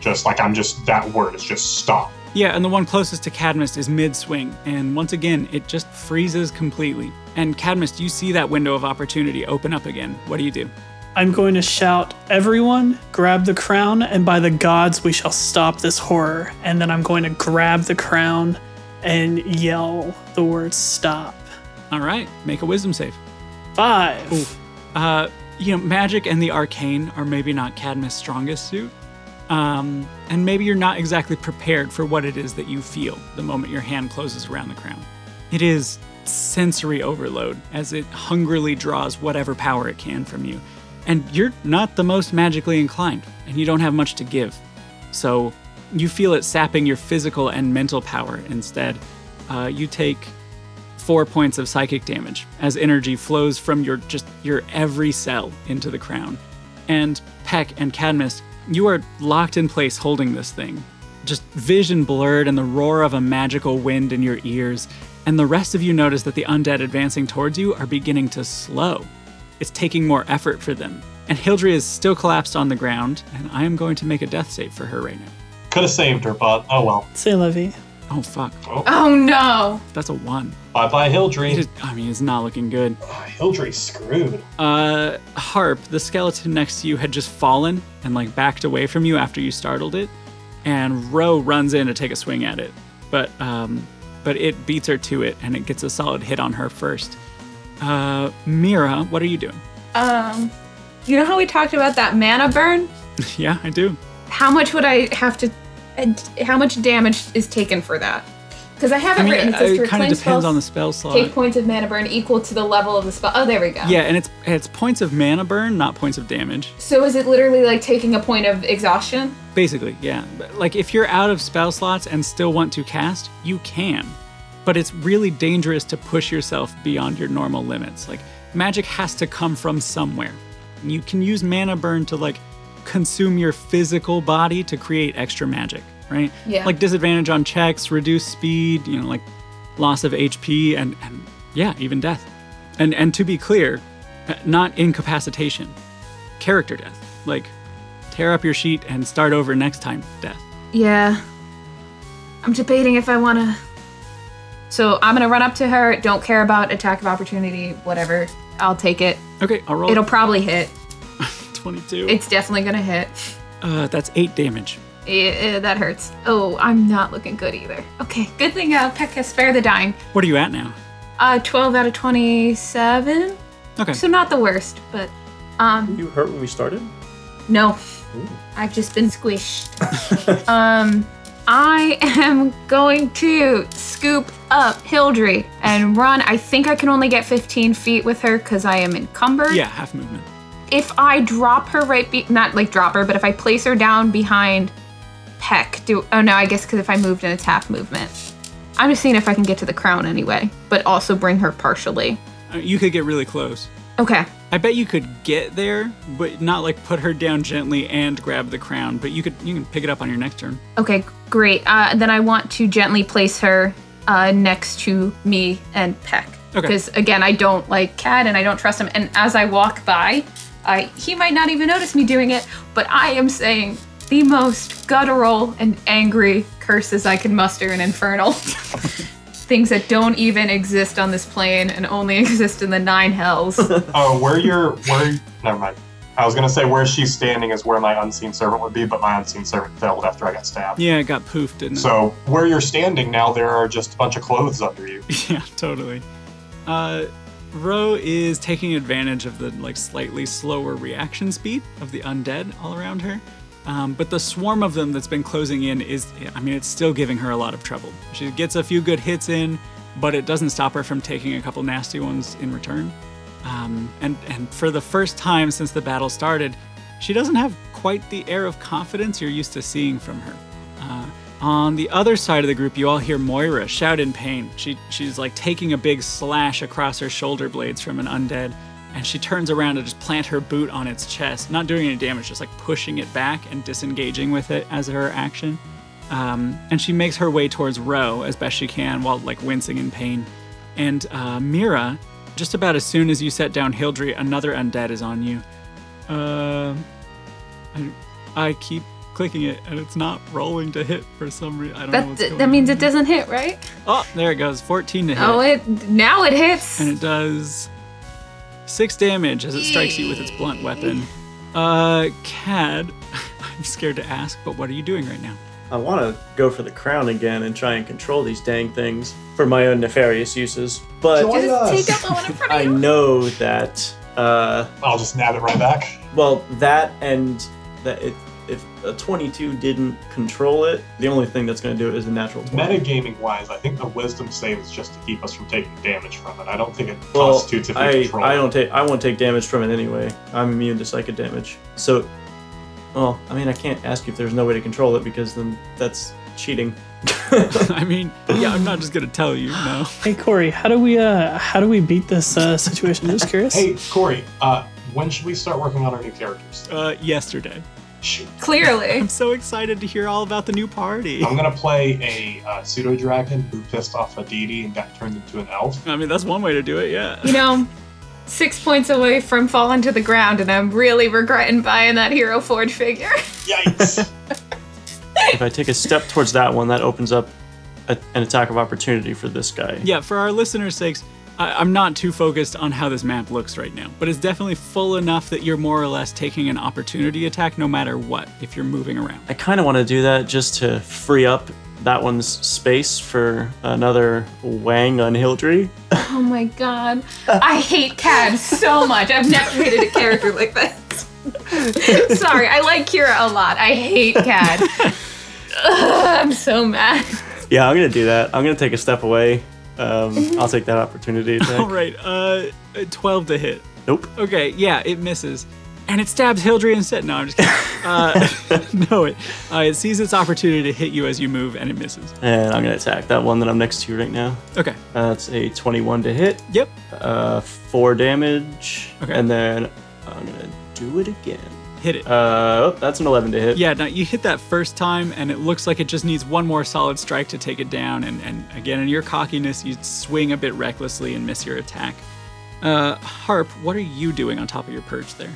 D: Just like I'm just that word is just stop.
A: Yeah, and the one closest to Cadmus is mid swing, and once again, it just freezes completely. And Cadmus, you see that window of opportunity open up again. What do you do?
E: I'm going to shout, Everyone, grab the crown, and by the gods, we shall stop this horror. And then I'm going to grab the crown and yell the word stop.
A: All right, make a wisdom save.
E: Five.
A: Uh, you know, magic and the arcane are maybe not Cadmus' strongest suit. Um, and maybe you're not exactly prepared for what it is that you feel the moment your hand closes around the crown. It is sensory overload as it hungrily draws whatever power it can from you. And you're not the most magically inclined, and you don't have much to give. So you feel it sapping your physical and mental power instead. Uh, you take four points of psychic damage as energy flows from your just your every cell into the crown. And Peck and Cadmus, you are locked in place holding this thing. Just vision blurred and the roar of a magical wind in your ears, and the rest of you notice that the undead advancing towards you are beginning to slow. It's taking more effort for them. And Hildry is still collapsed on the ground, and I am going to make a death save for her right now.
D: Could have saved her, but oh well.
E: Say, Levy.
A: Oh fuck,
H: Oh no!
A: that's a one.
D: Bye bye
A: It
D: Hildry.
A: is, I mean, it's not looking good.
D: Hildry's screwed.
A: Uh, Harp, the skeleton next to you had just fallen and like backed away from you after you startled it, and Ro runs in to take a swing at it, but um, but it beats her to it and it gets a solid hit on her first. Uh, Mira, what are you doing?
H: Um, you know how we talked about that mana burn?
A: yeah, I do.
H: How much would I have to? and How much damage is taken for that? Because I have it
A: I mean,
H: written. It
A: it,
H: says to
A: kind of
H: reclaim
A: depends
H: spells,
A: on the spell slot.
H: take points of mana burn equal to the level of the spell. Oh, there we go.
A: Yeah, and it's it's points of mana burn, not points of damage.
H: So is it literally like taking a point of exhaustion?
A: Basically, yeah. But, Like if you're out of spell slots and still want to cast, you can. But it's really dangerous to push yourself beyond your normal limits. Like magic has to come from somewhere. You can use mana burn to like consume your physical body to create extra magic, right?
H: Yeah.
A: Like disadvantage on checks, reduce speed, you know, like loss of HP and, and yeah, even death. And and to be clear, uh, not incapacitation, character death. Like tear up your sheet and start over next time, Death.
H: Yeah. I'm debating if I want to. So I'm gonna run up to her. Don't care about attack of opportunity. Whatever. I'll take it.
A: Okay, I'll roll
H: It'll probably hit.
A: 22.
H: It's definitely gonna hit.
A: uh, that's 8 damage.
C: Yeah, that hurts. Oh, I'm not looking good either. Okay, good thing uh, Peck has spare the dying.
A: What are you at now?
C: Uh, 12 out of 27.
A: Okay.
C: So not the worst, but um,
B: You hurt when we started?
C: no. I've just been squished. um, I am going to scoop up Hildry and run. I think I can only get 15 feet with her because I am encumbered.
A: Yeah, half movement.
C: If I drop her right, be- not like drop her, but if I place her down behind Peck, do oh no, I guess because if I moved in, it's half movement. I'm just seeing if I can get to the crown anyway, but also bring her partially.
A: Uh, You could get really close.
C: Okay.
A: I bet you could get there, but not like put her down gently and grab the crown. But you could you can pick it up on your next turn.
C: Okay, great. Uh, then I want to gently place her uh, next to me and Peck.
A: Okay.
C: Because again, I don't like Cad and I don't trust him. And as I walk by, I, he might not even notice me doing it, but I am saying the most guttural and angry curses I can muster in Infernal. Things that don't even exist on this plane and only exist in the nine hells.
D: Oh, where you're, where? Never mind. I was gonna say where she's standing is where my unseen servant would be, but my unseen servant failed after I got stabbed.
A: Yeah, it got poofed, didn't it?
D: So where you're standing now, there are just a bunch of clothes under you.
A: Yeah, totally. Uh, Ro is taking advantage of the like slightly slower reaction speed of the undead all around her, um, but the swarm of them that's been closing in is—I mean—it's still giving her a lot of trouble. She gets a few good hits in, but it doesn't stop her from taking a couple nasty ones in return. Um, and and for the first time since the battle started, she doesn't have quite the air of confidence you're used to seeing from her. Uh, on the other side of the group, you all hear Moira shout in pain. She she's like taking a big slash across her shoulder blades from an undead, and she turns around to just plant her boot on its chest, not doing any damage, just like pushing it back and disengaging with it as her action. Um, and she makes her way towards Ro as best she can while like wincing in pain. And uh, Mira, just about as soon as you set down Hildry, another undead is on you. Uh, I, I keep clicking it and it's not rolling to hit for some reason. I don't know
C: That,
A: what's going
C: that means
A: on.
C: it doesn't hit, right?
A: Oh, there it goes. 14 to hit.
C: Oh, it now it hits.
A: and it does six damage as it strikes you with its blunt weapon. Uh, Cad, I'm scared to ask, but what are you doing right now?
B: I want to go for the crown again and try and control these dang things for my own nefarious uses. But
C: Just take up the one in front of
B: I
C: you.
B: know that, uh,
D: I'll just nab it right back.
B: well, that and that it, if a 22 didn't control it, the only thing that's going to do it is a natural 20.
D: Metagaming wise, I think the wisdom save is just to keep us from taking damage from it. I don't think it
B: Well,
D: constitutes if we
B: I,
D: control
B: I
D: it.
B: don't take I won't take damage from it anyway. I'm immune to psychic damage. So, well, I mean, I can't ask you if there's no way to control it because then that's cheating.
A: I mean, yeah, I'm not just gonna tell you, no.
E: Hey Corey, how do we uh how do we beat this uh, situation? I'm just curious.
D: Hey, Corey, uh, when should we start working on our new characters?
A: Uh, yesterday.
D: Shoot.
C: Clearly.
A: I'm so excited to hear all about the new party.
D: I'm gonna play a uh, pseudo dragon who pissed off a deity and got turned into an elf.
A: I mean, that's one way to do it, yeah.
C: you know, six points away from falling to the ground, and I'm really regretting buying that Hero Forge figure.
D: Yikes!
B: if I take a step towards that one, that opens up a, an attack of opportunity for this guy.
A: Yeah, for our listeners' sakes, I, I'm not too focused on how this map looks right now, but it's definitely full enough that you're more or less taking an opportunity attack no matter what if you're moving around.
B: I kind of want to do that just to free up that one's space for another Wang on Hildry.
C: oh my god. I hate Cad so much. I've never hated a character like this. Sorry, I like Kira a lot. I hate Cad. Ugh, I'm so mad.
B: Yeah, I'm gonna do that. I'm gonna take a step away. Um, I'll take that opportunity attack.
A: All right, uh, a 12 to hit.
B: Nope.
A: Okay, yeah, it misses. And it stabs Hildry instead. No, I'm just kidding. Uh, no, it, uh, it sees its opportunity to hit you as you move and it misses.
B: And I'm gonna attack that one that I'm next to right now.
A: Okay,
B: Uh, that's a 21 to hit,
A: yep.
B: uh, four damage,
A: Okay.
B: and then I'm gonna do it again.
A: Hit it.
B: Uh, oh, that's an 11 to hit.
A: yeah, now you hit that first time and it looks like it just needs one more solid strike to take it down. And, and again, in your cockiness, you swing a bit recklessly and miss your attack. Uh, Harp, what are you doing on top of your perch there?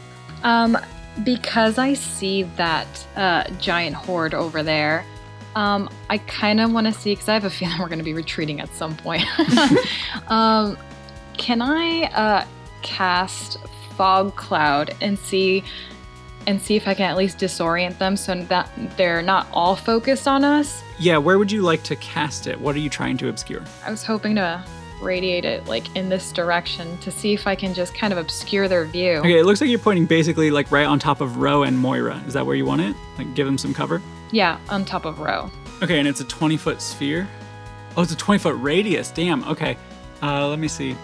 G: Um, because I see that uh, giant horde over there, um, I kind of want to see because I have a feeling we're going to be retreating at some point. um, can I uh, cast fog cloud and see and see if I can at least disorient them so that they're not all focused on us.
A: Yeah, where would you like to cast it? What are you trying to obscure?
G: I was hoping to radiate it like in this direction to see if I can just kind of obscure their view.
A: Okay, it looks like you're pointing basically like right on top of Ro and Moira. Is that where you want it? Like give them some cover?
G: Yeah, on top of row.
A: Okay, and it's a 20 foot sphere. Oh, it's a 20 foot radius. Damn. Okay. Uh, let me see.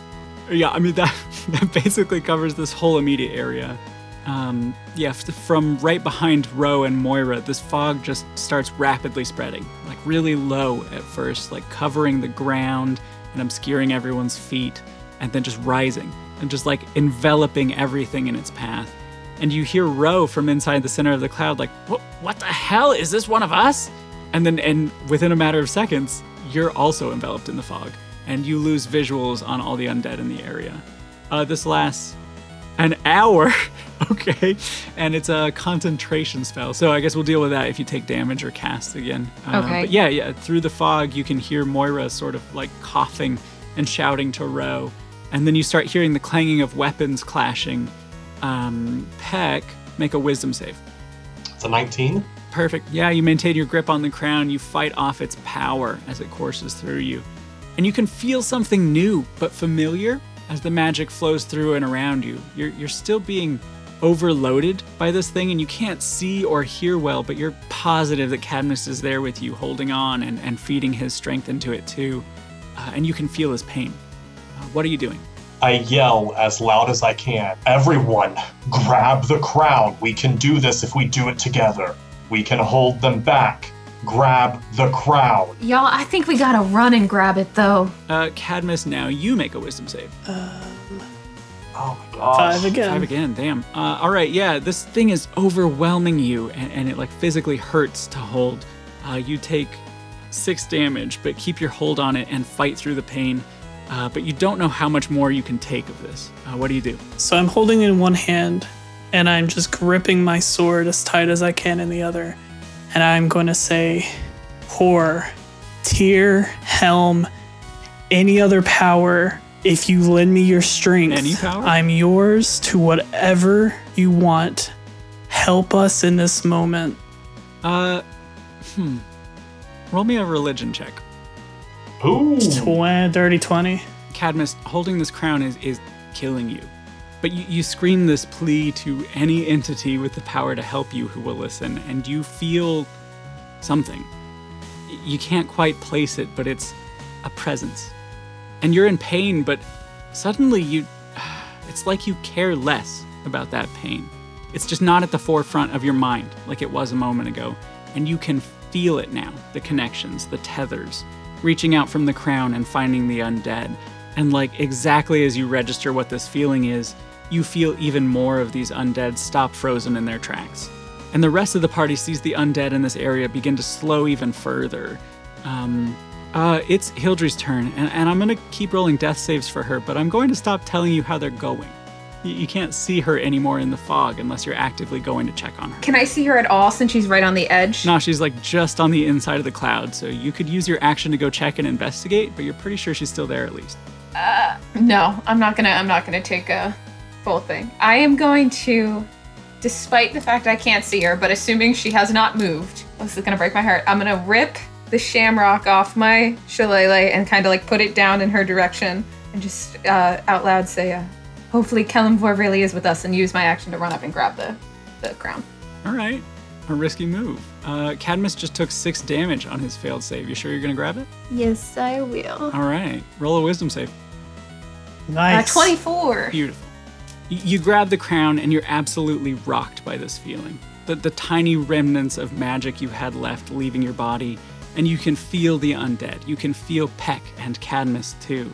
A: Yeah, I mean, that, that basically covers this whole immediate area. Um, yeah, f- from right behind Ro and Moira, this fog just starts rapidly spreading, like really low at first, like covering the ground and obscuring everyone's feet, and then just rising and just like enveloping everything in its path. And you hear Ro from inside the center of the cloud, like, "What? What the hell is this? One of us?" And then, and within a matter of seconds, you're also enveloped in the fog, and you lose visuals on all the undead in the area. Uh, this lasts an hour, okay, and it's a concentration spell. So I guess we'll deal with that if you take damage or cast again. Uh,
G: Okay.
A: But yeah, yeah. Through the fog, you can hear Moira sort of like coughing and shouting to Ro, and then you start hearing the clanging of weapons clashing. Um, Peck, make a Wisdom save.
D: It's a 19.
A: Perfect. Yeah, you maintain your grip on the crown, you fight off its power as it courses through you. And you can feel something new but familiar as the magic flows through and around you. You're, you're still being overloaded by this thing, and you can't see or hear well, but you're positive that Cadmus is there with you, holding on and, and feeding his strength into it too. Uh, and you can feel his pain. Uh, what are you doing?
D: I yell as loud as I can. Everyone, grab the crown. We can do this if we do it together. We can hold them back. Grab the crown.
H: Y'all, I think we gotta run and grab it though.
A: Uh, Cadmus, now you make a wisdom save.
D: Oh my gosh.
E: Five again.
A: Five again, damn. Uh, all right, yeah, this thing is overwhelming you, and, and it like physically hurts to hold. Uh, you take six damage, but keep your hold on it and fight through the pain. Uh, but you don't know how much more you can take of this. Uh, what do you do?
E: So I'm holding in one hand and I'm just gripping my sword as tight as I can in the other. And I'm going to say, Whore, tear, helm, any other power, if you lend me your strength,
A: Any power?
E: I'm yours to whatever you want. Help us in this moment.
A: Uh, hmm. Roll me a religion check.
D: Ooh.
E: Tw- dirty 20.
A: Cadmus, holding this crown is, is killing you. But you, you scream this plea to any entity with the power to help you who will listen, and you feel something. Y- You can't quite place it, but it's a presence. And you're in pain, but suddenly you. It's like you care less about that pain. It's just not at the forefront of your mind like it was a moment ago. And you can feel it now the connections, the tethers, reaching out from the crown and finding the undead. And like exactly as you register what this feeling is, you feel even more of these undead stop frozen in their tracks. And the rest of the party sees the undead in this area begin to slow even further. Um, uh, it's Hildry's turn, and, and I'm going to keep rolling death saves for her, but I'm going to stop telling you how they're going. You, you can't see her anymore in the fog unless you're actively going to check on her.
H: Can I see her at all since she's right on the edge?
A: No, she's like just on the inside of the cloud, so you could use your action to go check and investigate, but you're pretty sure she's still there at least.
H: No, I'm not gonna. I'm not gonna take a full thing. I am going to, despite the fact I can't see her, but assuming she has not moved, this is gonna break my heart. I'm gonna rip the shamrock off my shillelagh and kind of like put it down in her direction and just uh, out loud say, uh, "Hopefully, Kellamvor really is with us," and use my action to run up and grab the the crown.
A: All right, a risky move. Uh, Cadmus just took six damage on his failed save. You sure you're going to grab it?
K: Yes, I will.
A: All right, roll a wisdom save.
E: Nice.
H: Uh, 24.
A: Beautiful. Y- You grab the crown and you're absolutely rocked by this feeling. The, the tiny remnants of magic you had left leaving your body, and you can feel the undead. You can feel Peck and Cadmus too.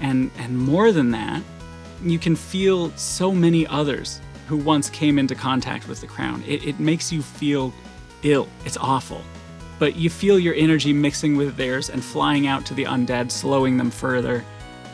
A: And, and more than that, you can feel so many others who once came into contact with the crown. It, it makes you feel ill. It's awful. But you feel your energy mixing with theirs and flying out to the undead, slowing them further.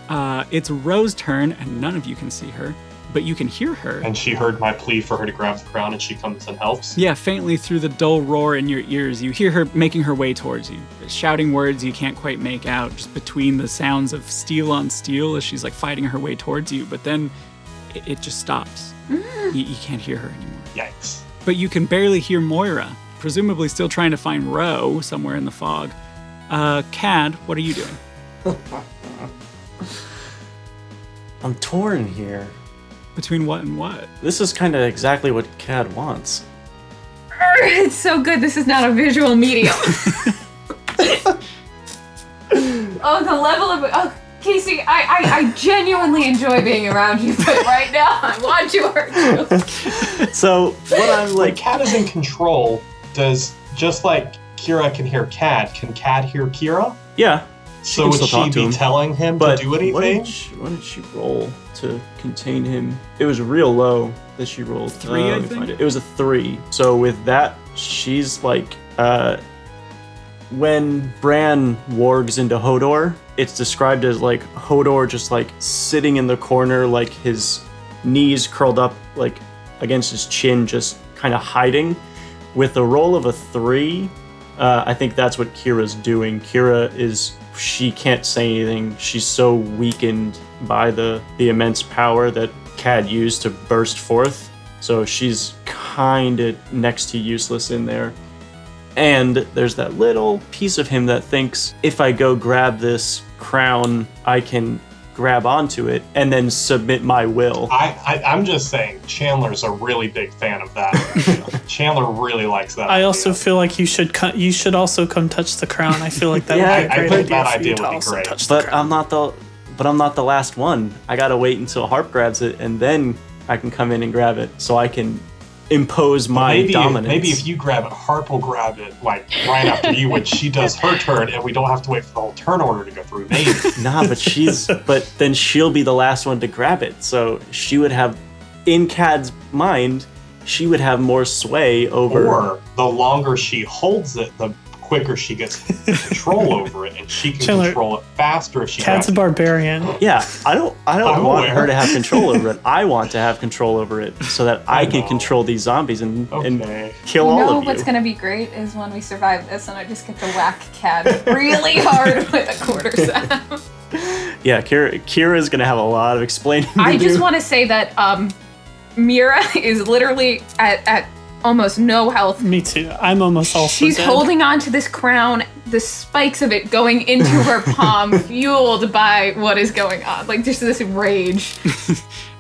A: Uh, it's Rose's turn, and none of you can see her, but you can hear her.
D: And she heard my plea for her to grab the crown and she comes and helps.
A: Yeah, faintly through the dull roar in your ears, you hear her making her way towards you, shouting words you can't quite make out, just between the sounds of steel on steel as she's like fighting her way towards you. But then it, it just stops. You, you can't hear her anymore.
D: Yikes.
A: but you can barely hear Moira, presumably still trying to find Ro somewhere in the fog. Uh, Cad, what are you doing?
B: I'm torn here.
A: Between what and what?
B: This is kind of exactly what Cad wants.
C: It's so good. This is not a visual medium. oh, the level of oh, Casey, I, I I genuinely enjoy being around you, but right now I want you hurt you.
B: So what I'm
D: Like
B: like,
D: Cat is in control. Does just like Kira can hear Cat, can Cat hear Kira?
B: yeah.
D: So
B: can
D: would
B: still
D: she
B: talk to
D: be
B: him.
D: telling him
B: But
D: to do
B: What
D: anything?
B: did, she, what did she roll to contain him? It was real low that she rolled. Uh,
A: Three, I
B: let me
A: think?
B: find it. It was a three. So with that, she's like, uh, when Bran wargs into Hodor, it's described as like Hodor just like sitting in the corner, like his knees curled up, like against his chin, just kind of hiding. With a roll of a three, uh, I think that's what Kira's doing. Kira is she can't say anything. She's so weakened by the the immense power that Cad used to burst forth. So she's kind of next to useless in there. And there's that little piece of him that thinks if I go grab this crown, I can grab onto it and then submit my will.
D: I, I I'm just saying Chandler's a really big fan of that. idea. Chandler really likes that.
E: I also
D: idea.
E: feel like you should co- you should also come touch the crown. I feel like that
B: Yeah,
E: would be
B: I-
E: a
B: I
E: great
D: think
E: idea
D: that
E: for you
D: idea
E: to
D: would be
E: also
D: great. um,
E: touch the
B: But
E: crown.
B: I'm not the but I'm not the last one. I gotta wait until Harp grabs it and then I can come in and grab it so I can impose my
D: maybe
B: dominance.
D: maybe if you grab it, Harp will grab it like right after you when she does her turn, and we don't have to wait for the whole turn order to go through. Maybe
B: Nah, but she's but then she'll be the last one to grab it. So she would have in Cad's mind, she would have more sway over
D: or the longer she holds it, the quicker she gets control over it, and she can
E: Chandler,
D: control it faster if she
E: Cat's a
D: grabs it.
E: barbarian.
B: Yeah, I don't I don't
D: I'm
B: want
D: aware.
B: her to have control over it. I want to have control over it so that I, can
D: know.
B: control these zombies and, and
D: Okay.
B: kill
C: You
B: all
C: know
B: of you.
C: what's gonna be great is when we survive this, and I just get to whack Cad really hard with a quarter staff.
B: yeah, Kira Kira's gonna have a lot of explaining. To
C: I
B: do.
C: just want to say that um, Mira is literally at, at almost no health.
E: Me too. I'm almost also
C: She's
E: dead.
C: holding on to this crown, the spikes of it going into her palm, fueled by what is going on. Like just this rage.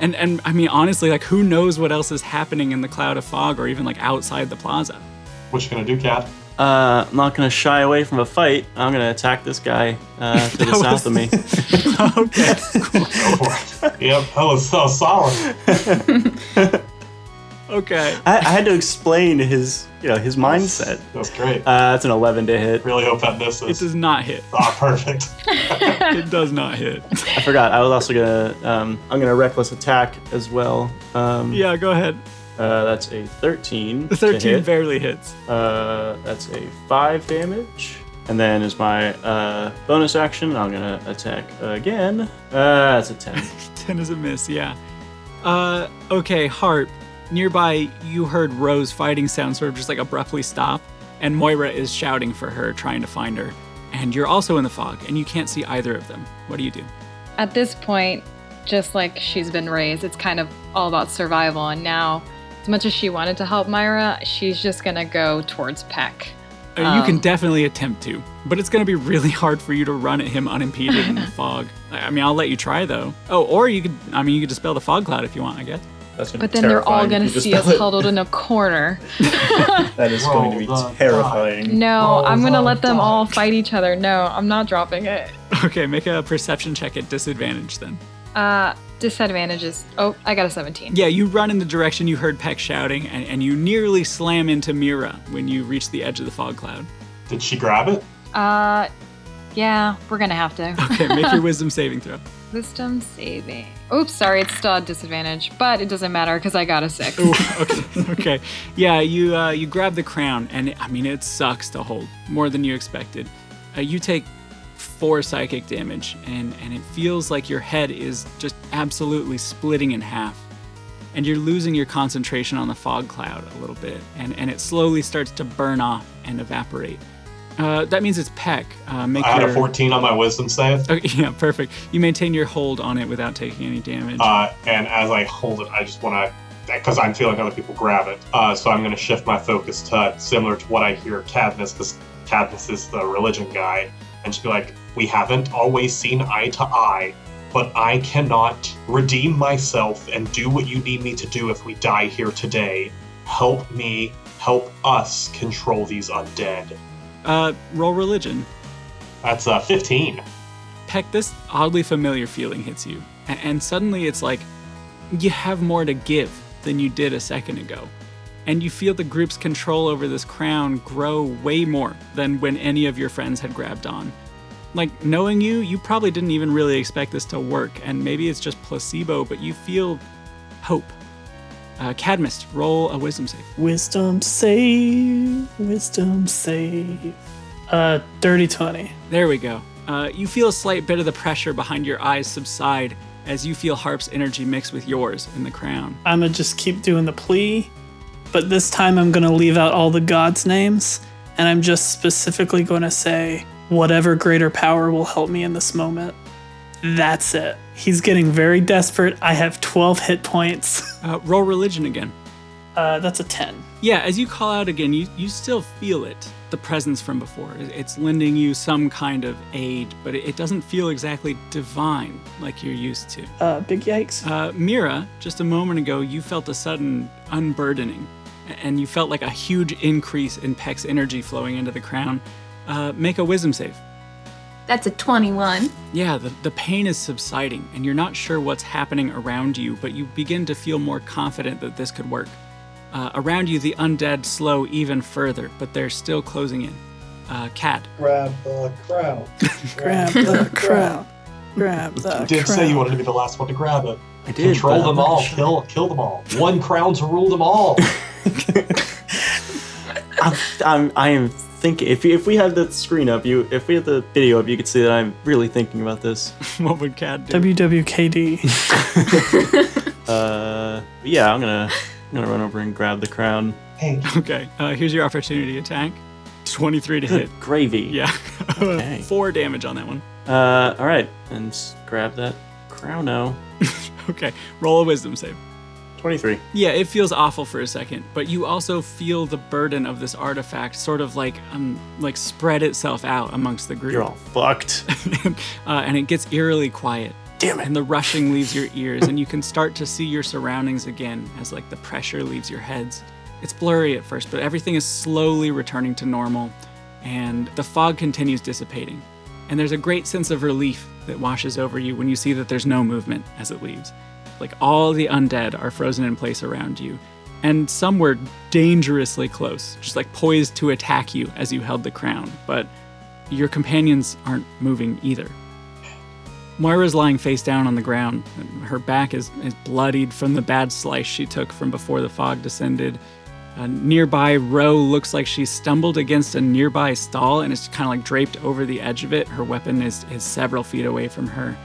A: And and I mean honestly, like who knows what else is happening in the cloud of fog or even like outside the plaza?
D: What you gonna do, Cat?
B: Uh, I'm not gonna shy away from a fight. I'm gonna attack this guy uh, to the
A: That
B: south of me.
A: okay.
D: Go for it. yep, that was so solid.
A: Okay.
B: I, I had to explain his, you know, his mindset.
D: That's great.
B: Uh, that's an 11 to hit.
D: Really hope that misses.
A: It does not hit.
D: Ah, perfect.
A: It does not hit.
B: I forgot. I was also gonna, um, I'm gonna reckless attack as well. Um,
A: Yeah, go ahead.
B: Uh, that's a 13.
A: The
B: to
A: 13
B: hit.
A: barely hits.
B: Uh, that's a five damage. And then is my uh, bonus action. I'm gonna attack again. Uh, that's a 10.
A: 10 is a miss, yeah. Uh, okay, Harp. Nearby, you heard Rose fighting sound sort of just like abruptly stop, and Moira is shouting for her, trying to find her. And you're also in the fog, and you can't see either of them. What do you do?
G: At this point, just like she's been raised, it's kind of all about survival. And now, as much as she wanted to help Myra, she's just gonna go towards Peck.
A: Uh, you can
G: Um.
A: definitely attempt to, but it's going to be really hard for you to run at him unimpeded in the fog. I I mean, I'll let you try though. Oh, or you could, I mean, you could dispel the fog cloud if you want, I guess.
B: That's gonna
G: But
B: be
G: then they're all
B: terrifying if
G: gonna
B: you just
G: see us
B: spell it.
G: huddled in a corner.
B: That is
D: Roll
B: going to be
D: the
B: terrifying.
G: No,
D: Oh,
G: I'm gonna
D: my
G: let them
D: God.
G: all fight each other. No, I'm not dropping it.
A: Okay, make a perception check at disadvantage then.
G: Uh, disadvantages. Oh, I got a 17.
A: Yeah, you run in the direction you heard Peck shouting, and, and you nearly slam into Mira when you reach the edge of the fog cloud.
D: Did she grab it?
G: Uh, yeah, we're gonna have to.
A: Okay, make your wisdom saving throw.
G: Wisdom saving. Oops, sorry, it's still at disadvantage, but it doesn't matter because I got a six.
A: Ooh, okay, okay. Yeah, you uh, you grab the crown, and I mean it sucks to hold more than you expected. Uh, you take four psychic damage, and and it feels like your head is just absolutely splitting in half, and you're losing your concentration on the fog cloud a little bit, and and it slowly starts to burn off and evaporate. Uh, that means it's Peck. Uh, make
D: I had
A: your,
D: a 14 on my wisdom save.
A: Okay, yeah, perfect. You maintain your hold on it without taking any damage.
D: Uh, and as I hold it, I just want to because I'm feeling other people grab it. Uh, so I'm going to shift my focus to similar to what I hear Cadmus, because Cadmus is the religion guy, and she'd be like, "We haven't always seen eye to eye, but I cannot redeem myself and do what you need me to do if we die here today. Help me, help us control these undead."
A: Uh, roll religion.
D: That's uh, 15.
A: Peck, this oddly familiar feeling hits you, a- and suddenly it's like you have more to give than you did a second ago. And you feel the group's control over this crown grow way more than when any of your friends had grabbed on. Like, knowing you, you probably didn't even really expect this to work, and maybe it's just placebo, but you feel hope. Uh, Cadmus, roll a wisdom save.
E: Wisdom save, wisdom save. Uh, dirty 20.
A: There we go. Uh, you feel a slight bit of the pressure behind your eyes subside as you feel Harp's energy mix with yours in the crown.
E: I'm gonna just keep doing the plea, but this time I'm gonna leave out all the gods' names, and I'm just specifically gonna say, whatever greater power will help me in this moment. That's it. He's getting very desperate. I have 12 hit points.
A: Uh, roll religion again.
E: Uh, that's a 10.
A: Yeah, as you call out again, you, you still feel it, the presence from before. It- It's lending you some kind of aid, but it it doesn't feel exactly divine like you're used to.
E: Uh, big yikes.
A: Uh, Mira, just a moment ago, you felt a sudden unburdening, a- and you felt like a huge increase in Peck's energy flowing into the crown. Uh, make a wisdom save.
H: That's a 21.
A: Yeah, the, the pain is subsiding, and you're not sure what's happening around you, but you begin to feel more confident that this could work. Uh, around you, the undead slow even further, but they're still closing in. Uh, Cat,
L: Grab the crown.
E: Grab the crown. Grab the
D: You did
E: crown.
D: say you wanted to be the last one to grab it.
B: I did.
D: Control
B: but I'm
D: them
B: not
D: all.
B: sure.
D: Kill, kill them all. One crown to rule them all.
B: I'm, I'm, I am thinking. If, if we had the screen up, you, if we had the video up, you could see that I'm really thinking about this.
A: what would Cat do?
E: WWKD.
B: Uh, yeah, I'm gonna, I'm gonna run over and grab the crown.
L: Hey,
A: Okay, uh, here's your opportunity attack 23 to hit.
B: Good gravy.
A: Yeah.
B: Okay.
A: Four damage on that one.
B: Uh, all right, and s- grab that crown now.
A: Okay, roll a wisdom save.
B: Twenty-three.
A: Yeah, it feels awful for a second, but you also feel the burden of this artifact sort of like um like spread itself out amongst the group.
B: You're all fucked.
A: uh, and it gets eerily quiet.
B: Damn it.
A: And the rushing leaves your ears, and you can start to see your surroundings again as like the pressure leaves your heads. It's blurry at first, but everything is slowly returning to normal, and the fog continues dissipating. And there's a great sense of relief that washes over you when you see that there's no movement as it leaves. Like all the undead are frozen in place around you, and some were dangerously close, just like poised to attack you as you held the crown. But your companions aren't moving either. Moira's lying face down on the ground. and Her back is, is bloodied from the bad slice she took from before the fog descended. A nearby row looks like she stumbled against a nearby stall and is kind of like draped over the edge of it. Her weapon is, is several feet away from her.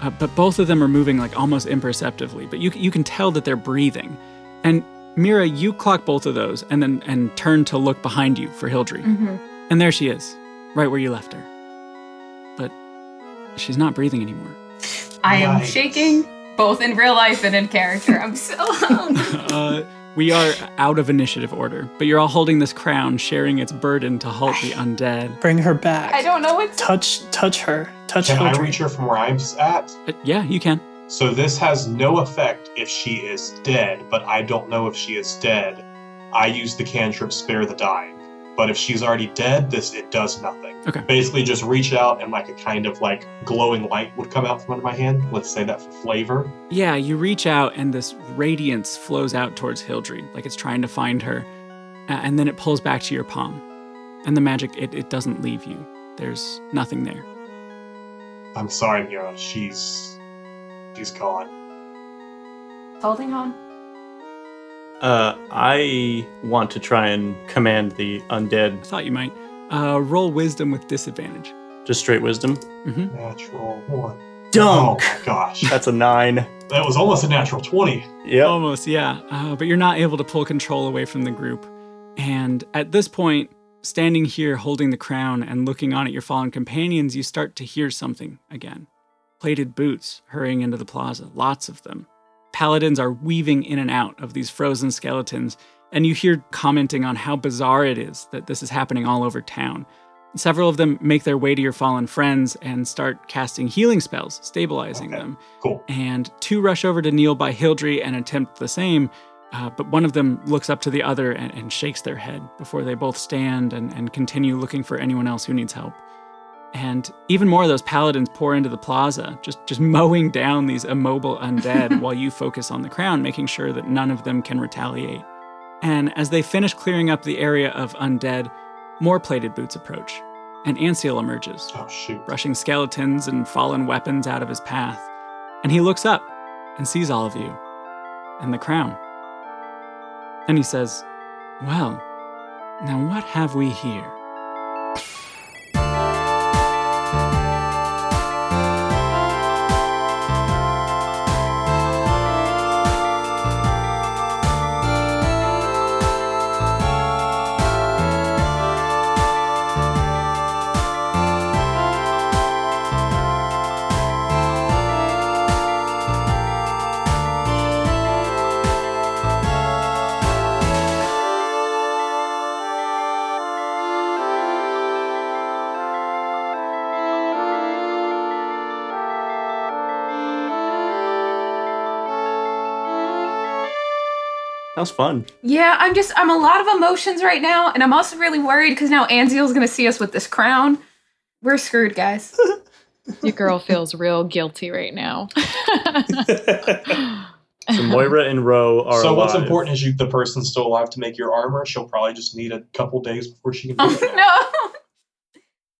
A: Uh, but both of them are moving like almost imperceptibly, but you, c- you can tell that they're breathing. And Mira, you clock both of those and then and turn to look behind you for Hildry. And there she is, right where you left her. But she's not breathing anymore.
C: I am
L: Yikes.
C: shaking both in real life and in character. I'm so alone.
A: Uh, we are out of initiative order, but you're all holding this crown, sharing its burden to halt the undead.
E: Bring her back.
C: I don't know what to
E: touch, touch her. Touch
D: Can I
E: Hildry.
D: reach her from where I'm at?
A: Uh, yeah, you can.
D: So this has no effect if she is dead, but I don't know if she is dead. I use the cantrip spare the dying. But if she's already dead, this it does nothing.
A: Okay.
D: Basically just reach out and like a kind of like glowing light would come out from under my hand. Let's say that for flavor.
A: Yeah, you reach out and this radiance flows out towards Hildry, like it's trying to find her. A- and then it pulls back to your palm. And the magic, it, it doesn't leave you. There's nothing there.
D: I'm sorry, Mira. She's she's gone.
H: Holding on.
B: Uh, I want to try and command the
A: I
B: undead.
A: thought you might. Uh, roll wisdom with disadvantage.
B: Just straight wisdom.
A: hmm
D: Natural one. Oh
B: Dunk.
D: my gosh.
B: That's a nine.
D: that was almost a natural twenty.
B: Yep.
A: Almost, yeah. Uh, but you're not able to pull control away from the group. And at this point, standing here holding the crown and looking on at your fallen companions, you start to hear something again. Plated boots hurrying into the plaza, lots of them. paladins are weaving in and out of these frozen skeletons, and you hear commenting on how bizarre it is that this is happening all over town. Several of them make their way to your fallen friends and start casting healing spells, stabilizing them.
D: Cool.
A: And two rush over to kneel by Hildry and attempt the same, uh, but one of them looks up to the other and, and shakes their head before they both stand and, and continue looking for anyone else who needs help. And even more of those paladins pour into the plaza, just, just mowing down these immobile undead while you focus on the crown, making sure that none of them can retaliate. And as they finish clearing up the area of undead, more plated boots approach, and Anseal emerges,
D: oh, shoot.
A: brushing skeletons and fallen weapons out of his path. And he looks up and sees all of you and the crown. And he says, Well, now what have we here?
B: That was fun.
C: Yeah, I'm just I'm a lot of emotions right now, and I'm also really worried because now Anziel's gonna see us with this crown. We're screwed, guys.
G: Your girl feels real guilty right now.
B: So Moira and Ro are
D: so what's
B: alive.
D: important is you the person's still alive to make your armor. She'll probably just need a couple days before she can. do it.
C: Oh, no.